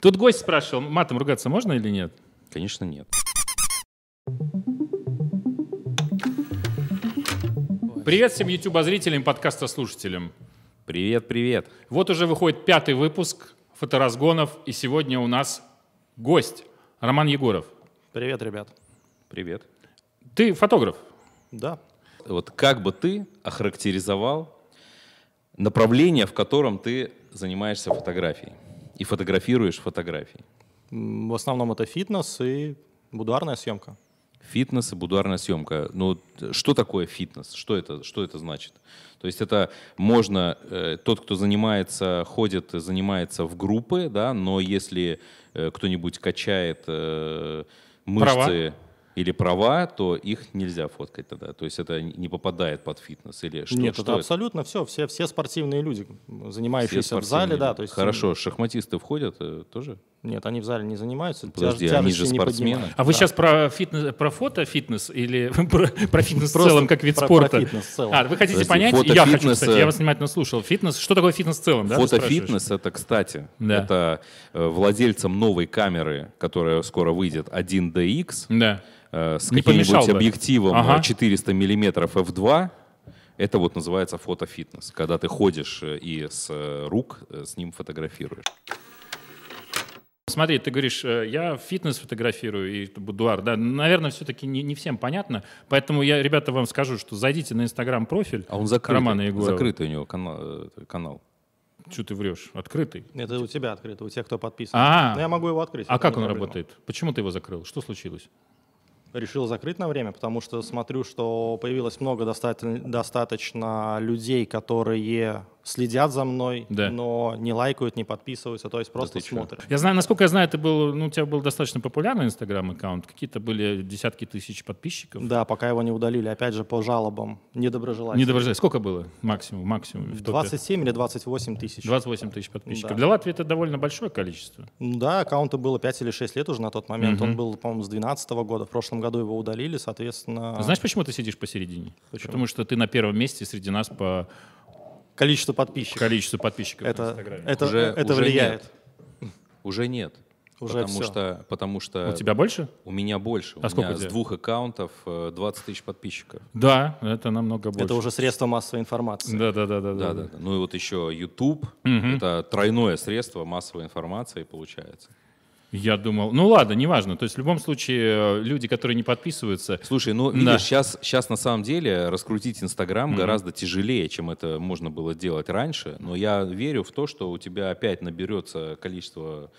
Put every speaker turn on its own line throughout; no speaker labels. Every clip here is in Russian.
Тут гость спрашивал, матом ругаться можно или нет?
Конечно, нет.
Привет всем YouTube-зрителям, подкаста-слушателям.
Привет, привет.
Вот уже выходит пятый выпуск «Фоторазгонов», и сегодня у нас гость Роман Егоров.
Привет, ребят.
Привет.
Ты фотограф.
Да.
Вот как бы ты охарактеризовал направление, в котором ты занимаешься фотографией и фотографируешь фотографии?
М, В основном это фитнес и будуарная съемка.
Фитнес и будуарная съемка. Ну, т- что такое фитнес? Что это, что это значит? То есть это можно, э, тот, кто занимается, ходит, и занимается в группы, да, но если э, кто-нибудь качает э,
Права?
мышцы или права, то их нельзя фоткать тогда. То есть это не попадает под фитнес или что,
Нет,
что
это, абсолютно все, все, все спортивные люди, м,
Все
занимающиеся в
спортсмены.
зале, да. То есть,
Хорошо, шахматисты входят э, тоже?
Нет, они в зале не занимаются. тяж-
Подожди, они
тяжести
же
не
спортсмены.
поднимают.
А вы
Да.
сейчас про фитнес, про фото фитнес или про, про фитнес в
Просто
целом как вид
про- про
спорта?
фитнес в целом.
А, вы хотите
Подожди,
понять?
фото
я хочу,
фитнес,
кстати, я
э,
вас внимательно слушал. Фитнес, что такое фитнес в целом? да, ты спрашиваешь?
Фотофитнес это, кстати,
Да.
это э, владельцам новой камеры, которая скоро выйдет 1DX,
Да.
э, с
Не помешал
каким-нибудь
бы.
объективом э,
Ага.
400 миллиметров f2. Это вот называется фотофитнес, когда ты ходишь э, и с э, рук э, с ним фотографируешь.
Смотри, ты говоришь, э, я фитнес фотографирую и т- будуар, да, наверное, все-таки не, не всем понятно, поэтому я, ребята, вам скажу, что зайдите на инстаграм-профиль
А он закрытый.
Романа Егорова.
Закрытый у него канал. э, канал.
Чего ты врешь? Открытый.
Это у тебя открыто, у тех, кто подписан.
А.
Но я могу его открыть.
А
это
как
не
он
проблема.
работает? Почему ты его закрыл? Что случилось?
Решил закрыть на время, потому что смотрю, что появилось много достаточно, достаточно людей, которые следят за мной,
Да.
но не лайкают, не подписываются, то есть просто
ты чё?
смотрят.
Я знаю, насколько я знаю, ты был, ну, у тебя был достаточно популярный инстаграм-аккаунт, какие-то были десятки тысяч подписчиков.
Да, пока его не удалили, опять же, по жалобам
Не
недоброжелателей.
доброжелатель. Сколько было максимум? максимум в топе?
27 или 28 тысяч.
28 тысяч подписчиков.
Да.
Для Латвии это довольно большое количество.
Ну Да, аккаунту было 5 или 6 лет уже на тот момент. Он был, по-моему, с 2012 года. В прошлом году его удалили, соответственно...
А Знаешь, почему ты сидишь посередине?
А. Почему?
Потому что ты на первом месте среди нас по
количество подписчиков.
количеству подписчиков в
Это,
Инстаграме.
это,
Уже-
это
уже
влияет.
Уже нет.
Уже
потому
всё.
что Потому что
э,
У тебя больше?
у меня больше.
А
у
сколько у
меня с
тебя?
двух аккаунтов э, 20 тысяч подписчиков.
Да, это намного больше.
Это уже средство массовой информации.
Да, да, да, да, да.
Да, да, да. Ну и вот еще YouTube. Это тройное средство массовой информации получается.
Я думал, ну ладно, неважно. То есть в любом случае э, люди, которые не подписываются,
Слушай, ну
Да.
видишь, сейчас, сейчас на самом деле раскрутить Инстаграм гораздо тяжелее, чем это можно было делать раньше. Но я верю в то, что у тебя опять наберется количество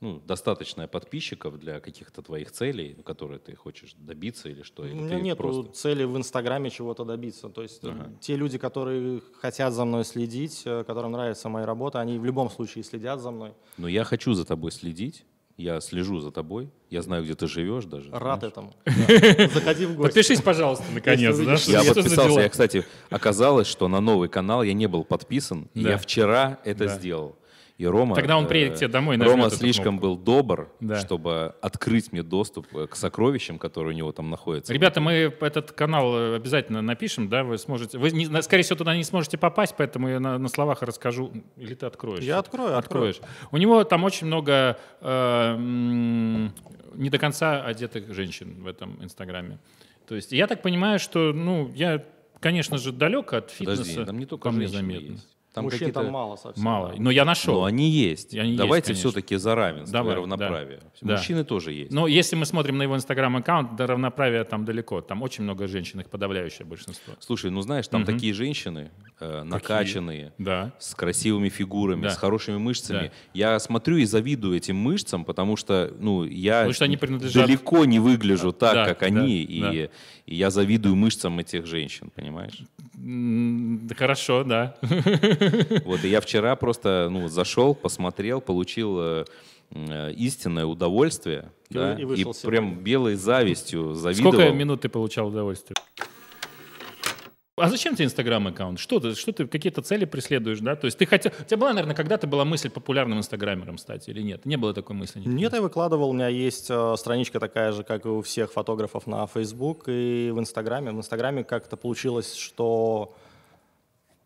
ну, достаточное подписчиков для каких-то твоих целей, которые ты хочешь добиться или что.
У
или
меня
ты
Ну, нет
просто-
цели в Инстаграме чего-то добиться. То есть э, те люди, которые хотят за мной следить, э, которым нравится моя работа, они в любом случае следят за мной.
Но я хочу за тобой следить. Я слежу за тобой. Я знаю, где ты живешь даже.
Рад этому. Да. Заходи в гости.
подпишись, пожалуйста, наконец.
Если
да?
увидишь,
Что-
Я
что за
подписался.
дела?
Я, кстати, оказалось, что на новый канал я не был подписан. и
Да.
Я вчера это
Да.
сделал. И Рома...
Тогда он
э,
приедет к тебе домой и нажмет
Рома
эту
слишком был добр,
Да.
чтобы открыть мне доступ э, к сокровищам, которые у него там находятся.
Ребята, мы этот канал э, обязательно напишем, да, вы сможете... Вы, не- на- скорее всего, туда не сможете попасть, поэтому я на, на словах расскажу. Или ты откроешь?
Я открою, открою.
Откроешь. У него там очень много э, м, не до конца одетых женщин в этом Инстаграме. То есть я так понимаю, что, ну, я, конечно же, далек от фитнеса.
Подожди, там не только
по мне
женщины
заметно.
есть.
Мужчин
какие-то-
там мало совсем.
Мало. Но я нашел.
Но они есть.
И они есть,
Давайте
конечно.
все-таки за равенство
Давай,
и равноправие.
да. Ну.
Мужчины тоже есть.
Но если мы смотрим на его инстаграм-аккаунт, до равноправия там далеко. Там очень много женщин, их подавляющее большинство.
Слушай, ну знаешь, там такие женщины э, накачанные,
Да.
с красивыми фигурами,
Да.
с хорошими мышцами.
Да.
Я смотрю и завидую этим мышцам, потому что, ну, я
Потому что они принадлежат-
далеко не выгляжу так,
Да,
как
да,
они, и,
да.
и я завидую мышцам этих женщин, понимаешь?
М, Хорошо, да.
Вот, и я вчера просто, ну, зашел, посмотрел, получил э, м, э, истинное удовольствие,
И
да,
вы- и вышел сегодня.
прям белой завистью завидовал.
Сколько минут ты получал удовольствие? А зачем тебе Инстаграм-аккаунт? Что ты, что ты, какие-то цели преследуешь, да? То есть ты хотел... У тебя была, наверное, когда-то была мысль популярным инстаграмером стать или нет? Не было такой мысли? никогда?
Нет, я выкладывал. У меня есть э, страничка такая же, как и у всех фотографов на Facebook и в Инстаграме. В Инстаграме как-то получилось, что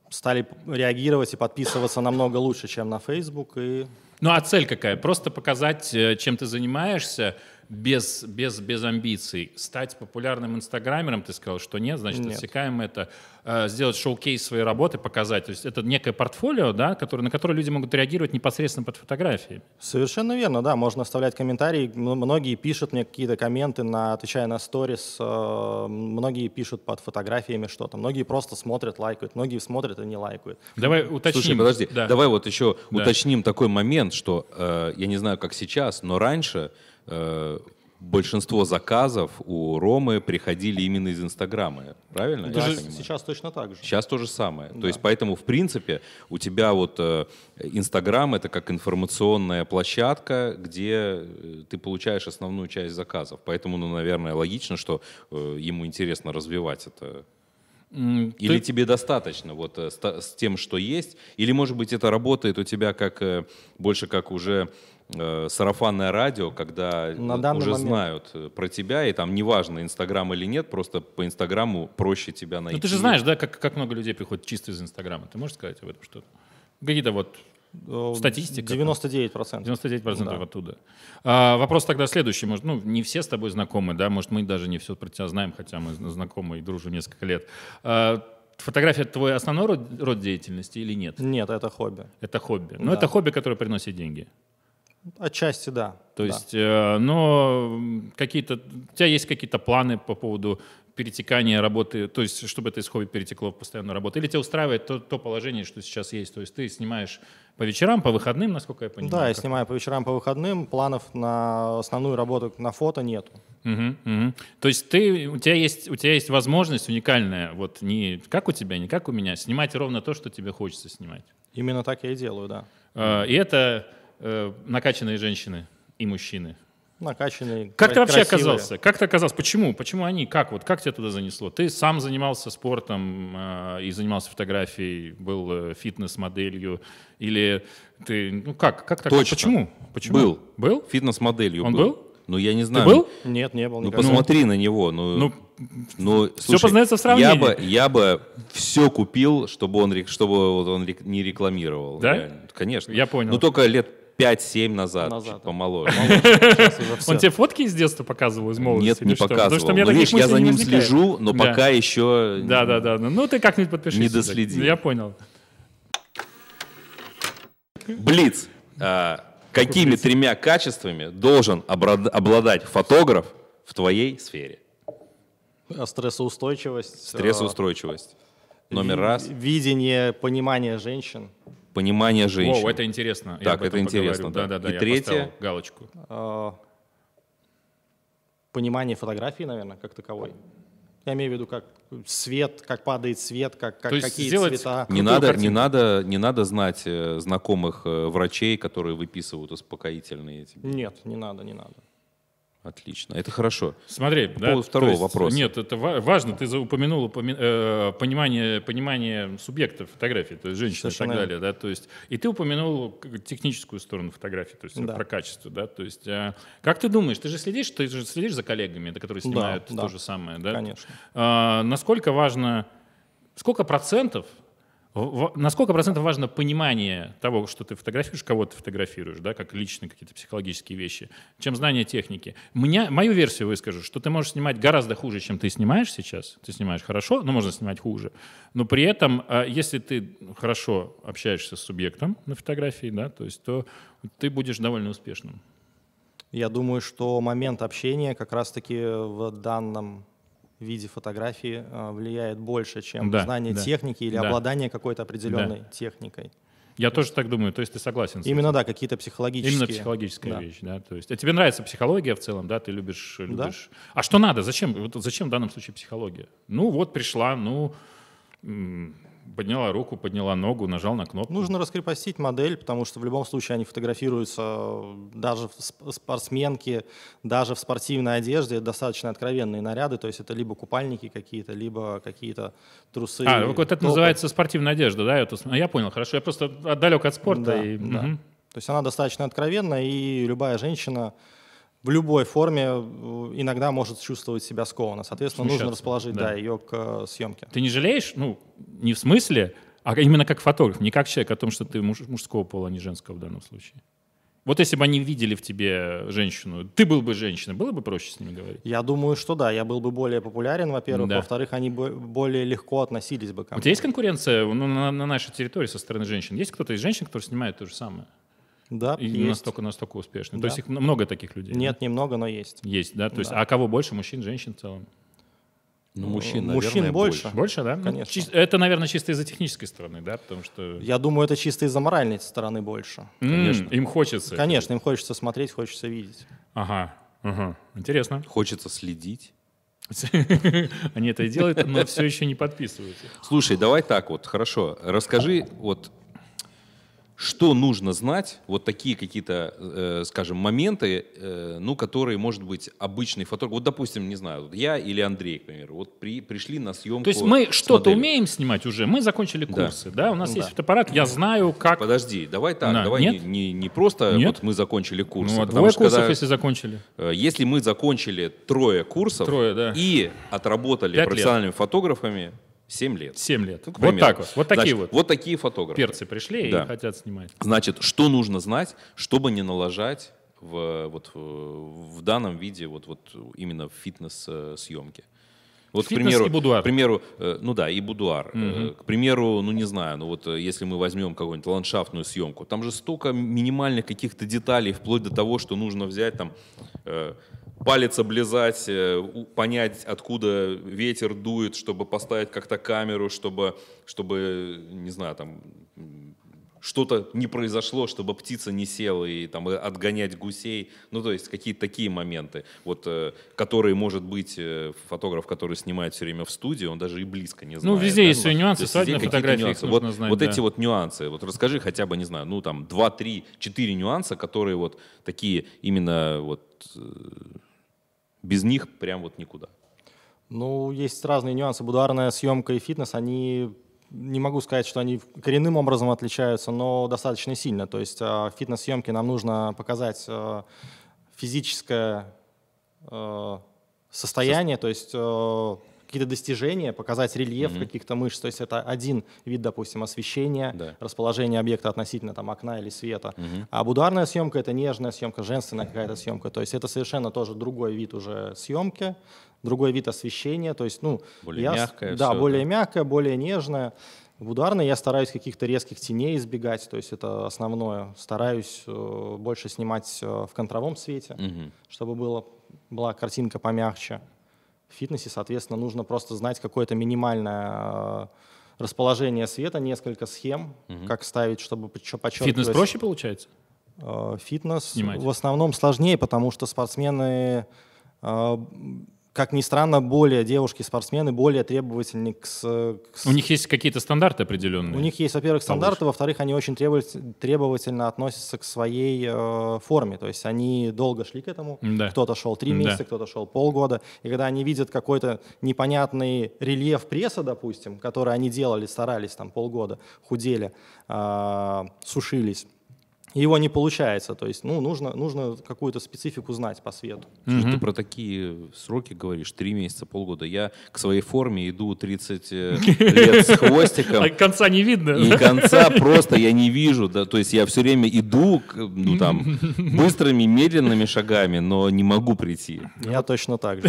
стали п- реагировать и подписываться намного лучше, чем на Facebook. И
Ну а цель какая? Просто показать, э, чем ты занимаешься, без, без, без амбиций. Стать популярным инстаграмером, ты сказал, что нет, значит,
Нет.
отсекаем это. Э, Сделать шоу-кейс своей работы, показать. То есть это некое портфолио, да, которое, на которое люди могут реагировать непосредственно под фотографией.
Совершенно верно, да, можно оставлять комментарии. М- Многие пишут мне какие-то комменты, на, отвечая на сторис, э, многие пишут под фотографиями что-то, многие просто смотрят, лайкают, многие смотрят и не лайкают.
Давай уточним.
Слушай, подожди,
Да.
давай вот еще
Да.
уточним такой момент, что э, я не знаю, как сейчас, но раньше э, большинство заказов у Ромы приходили именно из Инстаграма, правильно? я
Даже
так понимаю?
сейчас точно так же.
Сейчас то же самое. То есть поэтому, в принципе, у тебя вот э, Инстаграм это как информационная площадка, где э, ты получаешь основную часть заказов. Поэтому, ну, наверное, логично, что э, ему интересно развивать это.
М,
Или
ты-
тебе достаточно вот э, с, та- с тем, что есть? Или, может быть, это работает у тебя как э, больше как уже э, сарафанное радио, когда
На
э,
данный
уже
момент.
знают э, про тебя, и там неважно, Инстаграм или нет, просто по Инстаграму проще тебя найти.
Ну ты же знаешь, да, как, как много людей приходит чисто из Инстаграма. Ты можешь сказать об этом что-то? Какие-то вот
Э,
Статистика, да.
99%.
99%
Ну Да.
оттуда. А, вопрос тогда следующий. Может, ну, не все с тобой знакомы, да? Может, мы даже не все про тебя знаем, хотя мы знакомы и дружим несколько лет. А, фотография — это твой основной род, род деятельности или нет?
Нет, это хобби.
Это хобби. Но
Да.
это хобби, которое приносит деньги.
Отчасти да.
То
Да.
есть, э, но м, какие-то... У тебя есть какие-то планы по поводу перетекания работы, то есть, чтобы это из хобби перетекло в постоянную работу? Или тебя устраивает то, то положение, что сейчас есть? То есть, ты снимаешь по вечерам, по выходным, насколько я понимаю?
Да, я
как?
снимаю по вечерам, по выходным. Планов на основную работу на фото нету.
Мгм, мгм. То есть ты, у, тебя есть, у тебя есть возможность уникальная, вот не как у тебя, не как у меня, снимать ровно то, что тебе хочется снимать.
Именно так я и делаю, да.
Э, И это э, накачанные женщины и мужчины.
Накачанный.
Как ты
кра-
вообще
красивый.
оказался? Как ты оказался? Почему? Почему они? Как вот? Как тебя туда занесло? Ты сам занимался спортом э, и занимался фотографией, был э, фитнес-моделью или ты? Ну как? Как так?
Точно.
Почему? Почему?
Был.
Был?
Фитнес-моделью
Он был?
Ну, я не знаю.
был?
Нет, не был
Ну,
никогда.
посмотри на него. Ну,
Ну,
ну, слушай,
познаётся в
Я
сравнении.
бы, я бы все купил, чтобы он, рек- чтобы вот он рек- не рекламировал.
Да?
реально. Конечно.
Я понял.
Ну, только лет 5-7 назад,
Назад.
чуть помоложе.
Сейчас уже всё.
Он тебе фотки из детства показывал из
Нет,
молодости?
не
или что?
показывал.
Потому что у меня
Ну,
таких
видишь, я
мыслей
за
не
ним
возникает.
слежу, но
Да.
пока еще...
Да, да, да. Ну ты как-нибудь подпишись.
Не доследил.
Я понял.
Блиц. А, какими тремя качествами должен обрад- обладать фотограф в твоей сфере?
А Стрессоустойчивость. э,
Стрессоустойчивость. Номер
ви-
раз.
Видение, понимание женщин.
Понимание женщин.
О, это интересно. Я
Так,
об этом
это интересно,
поговорю. Да,
да.
да, да.
И
я
третье?
поставил галочку.
э, Понимание фотографии, наверное, как таковой. Я имею в виду, как свет, как падает свет, как, как-
То есть
какие
сделать-
цвета.
Не
Крутую
надо, не,
картинку.
надо, не надо знать э, знакомых э, врачей, которые выписывают успокоительные тебе.
Нет, не надо, не надо.
Отлично, это хорошо.
Смотри, да,
поводу
то
второго
есть-
вопроса.
Нет, это ва- важно. Ты за- упомянул упоми- э, понимание, понимание субъекта фотографии, то есть женщины и так
Совершенно
далее, да, то есть. И ты упомянул к- техническую сторону фотографии, то есть
Да.
про качество, да, то есть. э, как ты думаешь, ты же следишь, ты же следишь за коллегами, да, которые
Да,
снимают
да.
то же самое, да?
Конечно.
А, насколько важно, сколько процентов, в- в- насколько процентов важно понимание того, что ты фотографируешь, кого ты фотографируешь, да, как личные какие-то психологические вещи, чем знание техники. Меня, мою версию выскажу, что ты можешь снимать гораздо хуже, чем ты снимаешь сейчас. Ты снимаешь хорошо, но можно снимать хуже. Но при этом, а, если ты хорошо общаешься с субъектом на фотографии, да, то есть, то ты будешь довольно успешным.
Я думаю, что момент общения как раз-таки в данном виде фотографии э, влияет больше, чем
Да,
знание
да,
техники или
да.
обладание какой-то определенной техникой.
Я тоже так думаю, то есть ты согласен с этим?
Именно, да, какие-то психологические.
Именно психологическая
Да.
вещь, да. То есть, а тебе нравится психология в целом, да? Ты любишь, любишь. А что надо? Зачем? Вот зачем в данном случае психология? Ну вот пришла, ну м, подняла руку, подняла ногу, нажал на кнопку.
Нужно раскрепостить модель, потому что в любом случае они фотографируются э, даже в сп- спортсменки, даже в спортивной одежде, достаточно откровенные наряды, то есть это либо купальники какие-то, либо какие-то трусы.
а, вот это
топы.
называется спортивная одежда, да? Это, с- а, я понял, хорошо. Я просто далек от спорта.
Да,
и,
да.
мгм.
То есть она достаточно откровенна, и любая женщина в любой форме э, иногда может чувствовать себя скованно. Соответственно, нужно
Смущаться,
расположить
да.
да, ее к э, съемке.
Ты не жалеешь? Ну, не в смысле, а именно как фотограф, не как человек о том, что ты муж- мужского пола, а не женского в данном случае. Вот если бы они видели в тебе женщину, ты был бы женщиной, было бы проще с ними говорить?
Я думаю, что да, я был бы более популярен, во-первых,
Да.
во-вторых, они бы более легко относились бы
У
ко мне.
тебя А есть конкуренция ну, на, на нашей территории со стороны женщин? Есть кто-то из женщин, который снимает то же самое?
Да,
И
есть.
настолько, настолько успешно? То
Да.
есть их м- много таких людей?
Нет, немного, но есть.
да? Есть, да? То есть,
Да.
а кого больше, мужчин, женщин в целом?
Ну, мужчин,
Мужчин
наверное,
больше.
Больше, да? Ну,
Конечно.
чис- это, наверное, чисто из-за технической стороны, да? Потому что...
Я думаю, это чисто из-за моральной стороны больше.
М, Им хочется.
Конечно, им хочется смотреть, хочется видеть.
Ага. Ага. Интересно.
Хочется следить.
Они это и делают, но все еще не подписываются.
Слушай, давай так вот, хорошо. Расскажи, вот что нужно знать, вот такие какие-то, э, скажем, моменты, э, ну, которые, может быть, обычный фотограф, вот, допустим, не знаю, вот я или Андрей, к примеру, вот при, пришли на съемку.
То есть мы
с
что-то
моделью.
умеем снимать уже, мы закончили
Да.
курсы, да? У нас есть
Да.
фотоаппарат, я знаю, как...
Подожди, давай так,
На,
давай
нет?
не, не- не просто
Нет?
вот мы закончили курсы.
Ну, а
потому
двое
что
курсов,
когда-
если закончили.
Э, Если мы закончили трое курсов
Трое, да.
и отработали
Пять лет.
профессиональными фотографами 7 лет.
Семь лет.
Ну, к
вот
примеру.
так вот. Вот такие
Значит,
вот.
Вот такие фотографы.
Перцы пришли
Да.
и хотят снимать.
Значит, что нужно знать, чтобы не налажать в, вот, э, в в данном виде вот, вот именно в фитнес-съемке?
Фитнес
Вот, к примеру,
и будуар.
К примеру, э, ну да, и будуар. Э, К примеру, ну не знаю, ну вот э, если мы возьмем какую-нибудь ландшафтную съемку, там же столько минимальных каких-то деталей, вплоть до того, что нужно взять там э, палец облизать, э, у- понять, откуда ветер дует, чтобы поставить как-то камеру, чтобы, чтобы э, не знаю, там м, что-то не произошло, чтобы птица не села и там э, отгонять гусей. Ну, то есть какие-то такие моменты, вот, э, которые, может быть, э, фотограф, который снимает все время в студии, он даже и близко не знает.
Ну,
ну,
везде есть свои нюансы,
То есть
свадебные
везде какие-то
фотографии, их
нюансы.
нужно
вот,
знать,
Вот
да.
эти вот нюансы, вот расскажи хотя бы, не знаю, ну, там, два, три, четыре нюанса, которые вот такие именно вот э, без них прям вот никуда.
Ну, есть разные нюансы. Будуарная съемка и фитнес, они, не могу сказать, что они коренным образом отличаются, но достаточно сильно. То есть э, в фитнес-съемке нам нужно показать э, физическое э, состояние, то есть э, какие-то достижения, показать рельеф каких-то мышц. То есть это один вид, допустим, освещения,
Да.
расположение объекта относительно там, окна или света. А будуарная съемка — это нежная съемка, женственная какая-то съемка. То есть это совершенно тоже другой вид уже съемки, другой вид освещения. То есть, ну,
Более
я с-
мягкое
Да,
всё,
более
да.
мягкое, более нежное. В ударной я стараюсь каких-то резких теней избегать, то есть это основное. Стараюсь э, больше снимать э, в контровом свете,
Мгм.
чтобы было, была картинка помягче. В фитнесе, соответственно, нужно просто знать какое-то минимальное э, расположение света, несколько схем, как ставить, чтобы чё подчеркивать.
Фитнес проще получается?
Э, Фитнес
Снимать.
в основном сложнее, потому что спортсмены, э, как ни странно, более девушки-спортсмены более требовательны к, с- к с-
У них есть какие-то стандарты определенные?
у них есть, во-первых, стандарты, во-вторых, они очень требовать- требовательно относятся к своей э, форме. То есть они долго шли к этому.
Да.
Кто-то шел три
Да.
месяца, кто-то шел полгода. И когда они видят какой-то непонятный рельеф пресса, допустим, который они делали, старались там полгода, худели, а, сушились, и его не получается. То есть ну, нужно, нужно какую-то специфику знать по свету.
Слушай, Ты про такие сроки говоришь, три месяца, полгода. Я к своей форме иду 30 э, лет с хвостиком.
А конца не видно.
И конца просто я не вижу. Да, то есть я все время иду к, ну, там, быстрыми, медленными шагами, но не могу прийти.
Я точно так же.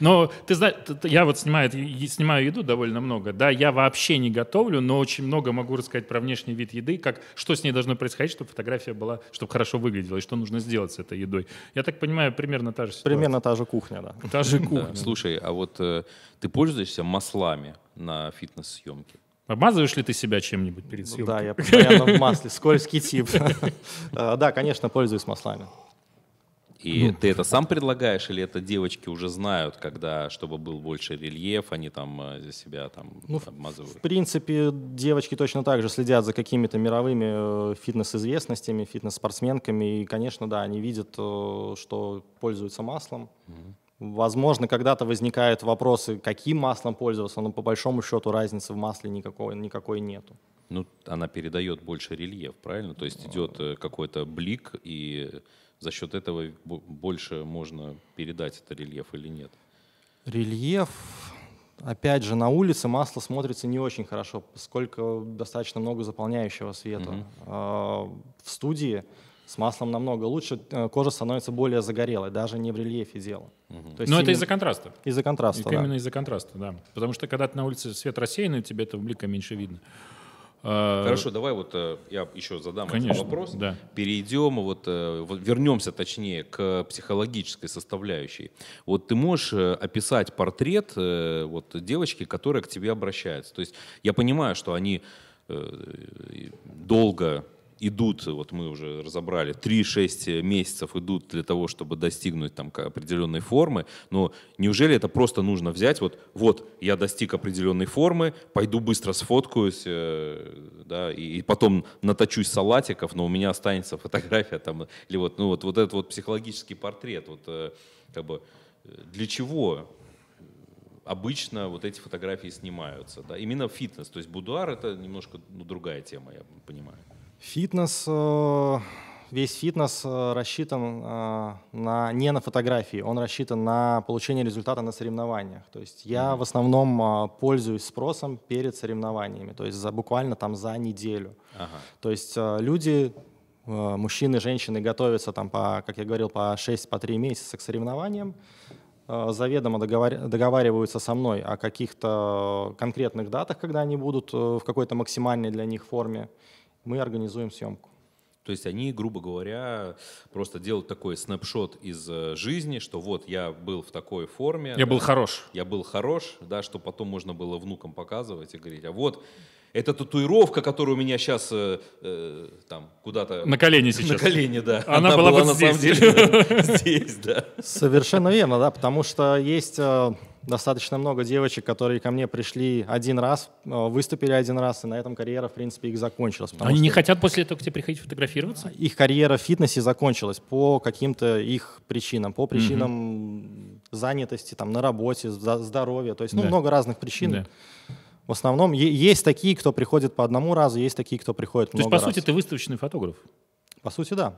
Но ты знаешь, т- т- я вот снимаю, это- и- снимаю еду довольно много, да, я вообще не готовлю, но очень много могу рассказать про внешний вид еды, как, что с ней должно происходить, чтобы фотография была, чтобы хорошо выглядела, и что нужно сделать с этой едой. Я так понимаю, примерно та же ситуация.
Примерно та же кухня, да.
Та же
Да,
кухня.
Слушай, а вот э, ты пользуешься маслами на фитнес-съемке?
Обмазываешь ли ты себя чем-нибудь перед съемкой?
Ну Да, я постоянно в масле, скользкий тип. Э, Да, конечно, пользуюсь маслами.
И ты это сам предлагаешь, или это девочки уже знают, когда, чтобы был больше рельеф, они там э, себя там
Ну, в-
обмазывают?
В принципе, девочки точно так же следят за какими-то мировыми э, фитнес-известностями, фитнес-спортсменками. И, конечно, да, они видят, э, что пользуются маслом. Возможно, когда-то возникают вопросы, каким маслом пользоваться, но по большому счету разницы в масле никакой, никакой нету.
Ну, она передает больше рельеф, правильно? То есть идет э, какой-то блик, и за счет этого бо- больше можно передать это рельеф или нет?
Рельеф Опять же, на улице масло смотрится не очень хорошо, поскольку достаточно много заполняющего света.
Мгм.
А, В студии с маслом намного лучше, э, кожа становится более загорелой, даже не в рельефе дело.
Мгм.
То есть
Но Ну, это
именно
из-за контраста.
из-за контраста.
И
да.
Именно из-за контраста, да. Потому что когда ты на улице свет рассеянный, тебе этого блика меньше видно. А,
Хорошо, давай вот э, я еще задам
Конечно,
этот А вопрос.
да.
Перейдем, вот, э, вот вернемся точнее к психологической составляющей. Вот ты можешь э, описать портрет э, вот, девочки, которая к тебе обращается. То есть я понимаю, что они э, долго идут, вот мы уже разобрали, 3-6 месяцев идут для того, чтобы достигнуть там к- определенной формы, но неужели это просто нужно взять, вот, вот, я достиг определенной формы, пойду быстро сфоткаюсь, э, да, и, и потом наточусь салатиков, но у меня останется фотография там, или вот, ну вот, вот этот вот психологический портрет, вот, э, как бы, э, для чего обычно вот эти фотографии снимаются. Да? Именно фитнес. То есть будуар это немножко ну, другая тема, я понимаю.
Фитнес, э, весь фитнес э, рассчитан э, на, не на фотографии, он рассчитан на получение результата на соревнованиях. То есть я в основном э, пользуюсь спросом перед соревнованиями, то есть за, буквально там за неделю.
Ага.
То есть э, люди, э, мужчины, женщины готовятся там, по, как я говорил, по 6-3 месяца к соревнованиям, э, заведомо договар- договариваются со мной о каких-то конкретных датах, когда они будут э, в какой-то максимальной для них форме. Мы организуем съемку.
То есть они, грубо говоря, просто делают такой снапшот из э, жизни, что вот я был в такой форме.
Я
да,
был хорош.
Я был хорош, да, что потом можно было внукам показывать и говорить, а вот эта татуировка, которая у меня сейчас там куда-то
На колени
на
сейчас.
колени, да.
Она была вот
на самом
здесь.
деле да, здесь, да.
Совершенно верно, да, потому что есть э, достаточно много девочек, которые ко мне пришли один раз, э, выступили один раз, и на этом карьера, в принципе, их закончилась. потому
Они не
что- А,
хотят после этого к тебе приходить фотографироваться?
их карьера в фитнесе закончилась по каким-то их причинам, по причинам занятости, там, на работе, зда- здоровья, то есть, ну,
Да.
много разных причин.
Да.
В основном е- есть такие, кто приходит по одному разу, есть такие, кто приходит
То есть,
много
по сути,
раз.
ты выставочный фотограф.
По сути, да.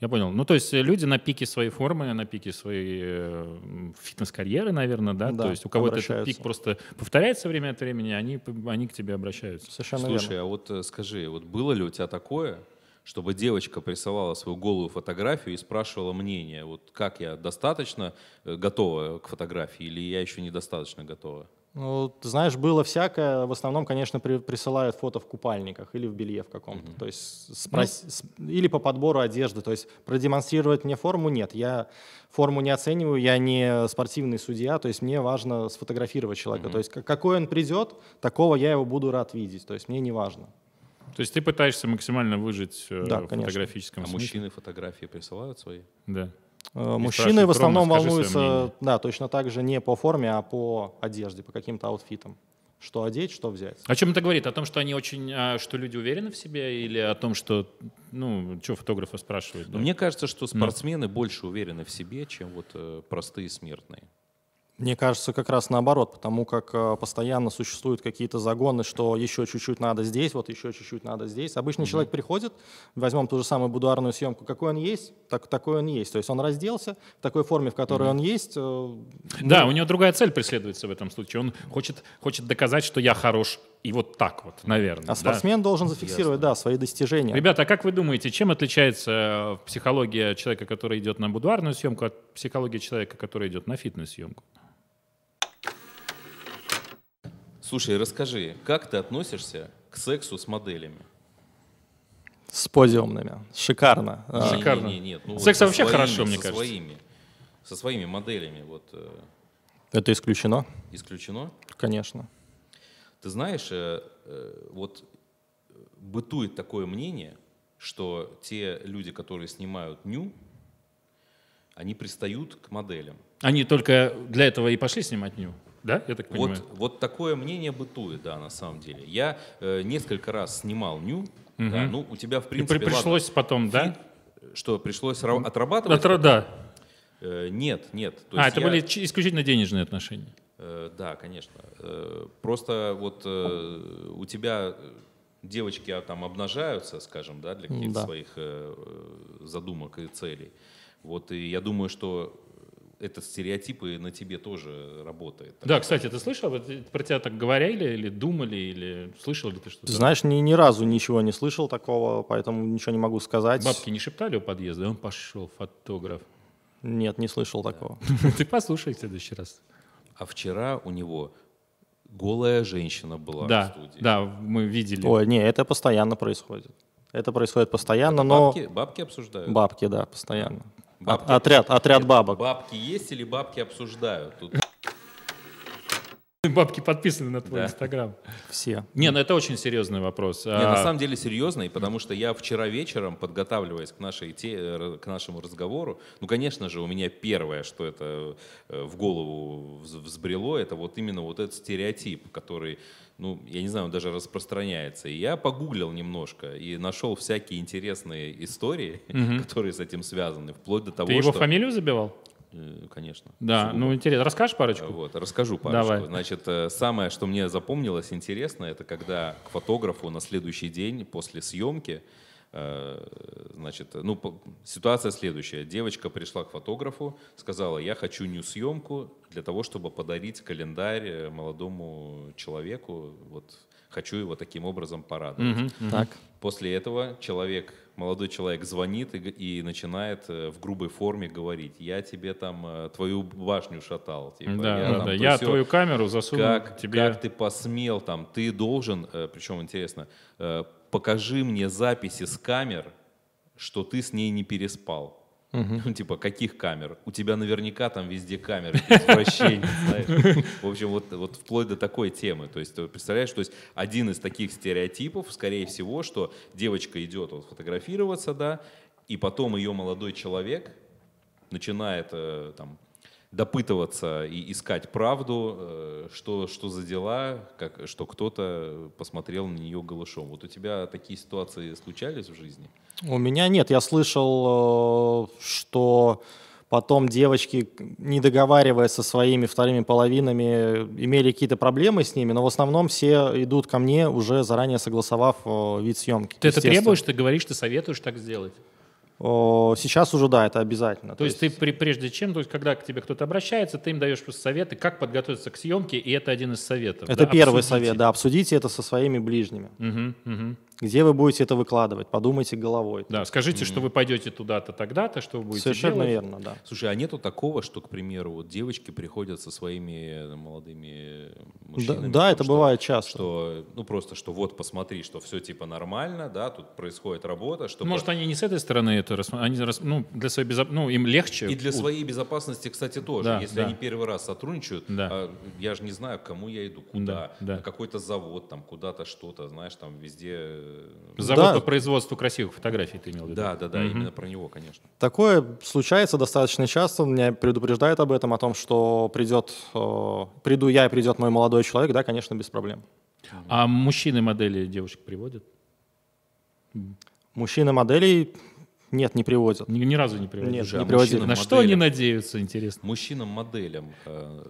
Я понял. Ну, то есть э, люди на пике своей формы, на пике своей э, м, фитнес-карьеры, наверное, да?
Да,
То есть у кого-то этот
обращаются.
пик просто повторяется время от времени, они, п- они к тебе обращаются.
Совершенно
Слушай,
верно.
а вот э, скажи, вот было ли у тебя такое, чтобы девочка присылала свою голую фотографию и спрашивала мнение, вот как я достаточно э, готова к фотографии или я еще недостаточно готова?
Ну, ты знаешь, было всякое. В основном, конечно, при- присылают фото в купальниках или в белье в каком-то. То
Ну,
есть спрос- с- или по подбору одежды. То есть продемонстрировать мне форму нет. Я форму не оцениваю, я не спортивный судья. То есть мне важно сфотографировать человека. То есть к- какой он придет, такого я его буду рад видеть. То есть мне не важно.
То есть ты пытаешься максимально выжить э,
Да,
в
конечно.
фотографическом
а
смысле.
мужчины фотографии присылают свои?
Да.
Э,
И
Мужчины
спрашивают,
в основном
«Рома, скажи своё
волнуются,
мнение».
да, точно так же не по форме, а по одежде, по каким-то аутфитам. Что одеть, что взять.
О чем это говорит? О том, что они очень, а, что люди уверены в себе, или о том, что, ну, что фотографа спрашивают?
Но Ну, мне кажется,
Ну.
что спортсмены больше уверены в себе, чем вот э, простые смертные.
Мне кажется, как раз наоборот, потому как э, постоянно существуют какие-то загоны, что еще чуть-чуть надо здесь, вот еще чуть-чуть надо здесь. Обычный человек приходит, возьмем ту же самую будуарную съемку, какой он есть, так, такой он есть. То есть он разделся в такой форме, в которой он есть. э,
ну
Да, у него другая цель преследуется в этом случае. Он хочет, хочет доказать, что я хорош, и вот так вот, наверное.
А спортсмен должен зафиксировать, да, свои достижения.
Ребята, а как вы думаете, чем отличается э, психология человека, который идет на будуарную съемку, от психологии человека, который идет на фитнес-съемку?
Слушай, расскажи, как ты относишься к сексу с моделями?
С подиумными. Шикарно. Э,
Шик- А. Шикарно.
Не, не, не, нет, ну, вот
Секс
со
вообще
своими-
хорошо, мне
со
кажется.
Своими, со своими моделями вот э,
Это исключено,
исключено?
конечно.
Ты знаешь, э, э, вот э, бытует такое мнение, что те люди, которые снимают ню, они пристают к моделям.
Они только для этого и пошли снимать ню, да? Я так понимаю.
Вот, вот такое мнение бытует, да, на самом деле. Я э, несколько раз снимал ню, да, ну у тебя в
и при-
принципе ладно,
пришлось потом, да?
что пришлось ра- отрабатывать?
Отра- да.
Э, нет, нет. То
А,
есть
это
я-
были чи- исключительно денежные отношения.
Э, Да, конечно. Э, Просто вот э, у тебя э, девочки а, там обнажаются, скажем, да, для каких-то
Да.
своих э, э, задумок и целей. Вот и я думаю, что это стереотипы на тебе тоже работает.
Да, кстати, ты слышал? Вот э, Про тебя так говорили или думали, или слышал ли ты что-то?
Ты знаешь, ни, ни разу ничего не слышал такого, поэтому ничего не могу сказать.
Бабки не шептали у подъезда, он пошел, фотограф.
Нет, не слышал такого.
Ты послушай в следующий раз.
А вчера у него голая женщина была в
Да,
студии.
да, мы видели.
Ой, не, это постоянно происходит. Это происходит постоянно, но...
Бабки, бабки обсуждают.
Бабки, да, постоянно.
Бабки.
От- отряд, отряд бабок.
Бабки есть или бабки обсуждают? Тут
Бабки подписаны на твой
Да.
инстаграм.
Все.
Не, ну это очень серьезный вопрос. А,
Не, на самом деле серьезный, потому что я вчера вечером, подготавливаясь к, нашей те, р- к нашему разговору, ну, конечно же, у меня первое, что это э, в голову вз- взбрело, это вот именно вот этот стереотип, который, ну, я не знаю, он даже распространяется. И я погуглил немножко и нашел всякие интересные истории, которые с этим связаны, вплоть до того,
Ты его
что...
фамилию забивал?
Э, Конечно.
Да,
Сугубо.
ну интересно. Расскажешь парочку?
Вот, расскажу парочку.
Давай.
Значит, э, самое, что мне запомнилось интересно, это когда к фотографу на следующий день после съемки, э, значит, э, ну, по- ситуация следующая. Девочка пришла к фотографу, сказала, я хочу нью съемку для того, чтобы подарить календарь э, молодому человеку, вот, хочу его таким образом порадовать.
Так.
После этого человек, молодой человек звонит и, г- и начинает э, в грубой форме говорить, я тебе там э, твою башню шатал. типа,
Да,
я
да,
там
да.
то
Я
сё».
твою камеру засунул
как,
тебе.
как ты посмел там, ты должен, э, причем интересно, э, покажи мне записи с камер, что ты с ней не переспал. Ну, типа, каких камер? У тебя наверняка там везде камеры, ты извращенец, знаешь. В общем, вот, вот вплоть до такой темы. То есть, ты представляешь, то есть один из таких стереотипов, скорее всего, что девочка идет вот фотографироваться, да, и потом ее молодой человек начинает э, там допытываться и искать правду, э, что, что за дела, как, что кто-то посмотрел на нее голышом. Вот у тебя такие ситуации случались в жизни?
У меня нет. Я слышал, э, что потом девочки, не договаривая со своими вторыми половинами, имели какие-то проблемы с ними, но в основном все идут ко мне, уже заранее согласовав э, вид съемки.
Ты это
Естественно.
требуешь, ты говоришь, ты советуешь так сделать.
О, Сейчас уже, да, это обязательно.
То, есть, ты при- прежде чем, то есть когда к тебе кто-то обращается, ты им даешь просто советы, как подготовиться к съемке, и это один из советов.
Это
да?
первый
Обсудите.
совет, да, обсудите это со своими ближними.
Мгм, мгм.
Где вы будете это выкладывать? Подумайте головой.
Да, скажите, что вы пойдете туда-то, тогда-то, что вы будете
Совершенно
делать.
верно, да.
Слушай, а нету такого, что, к примеру, вот девочки приходят со своими э, молодыми
Да,
мужчинами?
да,
там,
это
что-
бывает часто.
Что, ну просто, что вот посмотри, что все типа нормально, да, тут происходит работа, что
Ну, Может, они не с этой стороны это рассма- они рас- ну, для своей безоп- ну, им легче.
И для
У-
своей безопасности, кстати, тоже.
Да,
Если
да.
они первый раз сотрудничают,
Да.
а я же не знаю, к кому я иду, куда.
Да, да.
На какой-то завод, там куда-то что-то, знаешь, там везде. э,
Завод
Да.
по производству красивых фотографий ты имел в виду.
Да, да, да, именно про него, конечно.
Такое случается достаточно часто. Меня предупреждают об этом, о том, что придет, э, приду я и придет мой молодой человек, да, конечно, без проблем.
А мужчины модели девушек приводят?
Мужчины моделей нет, не приводят.
Ни, ни разу не приводят.
Нет,
Слушай,
не
а
приводили.
На
мужчинам
что они
моделям-
надеются, интересно?
Мужчинам-моделям э,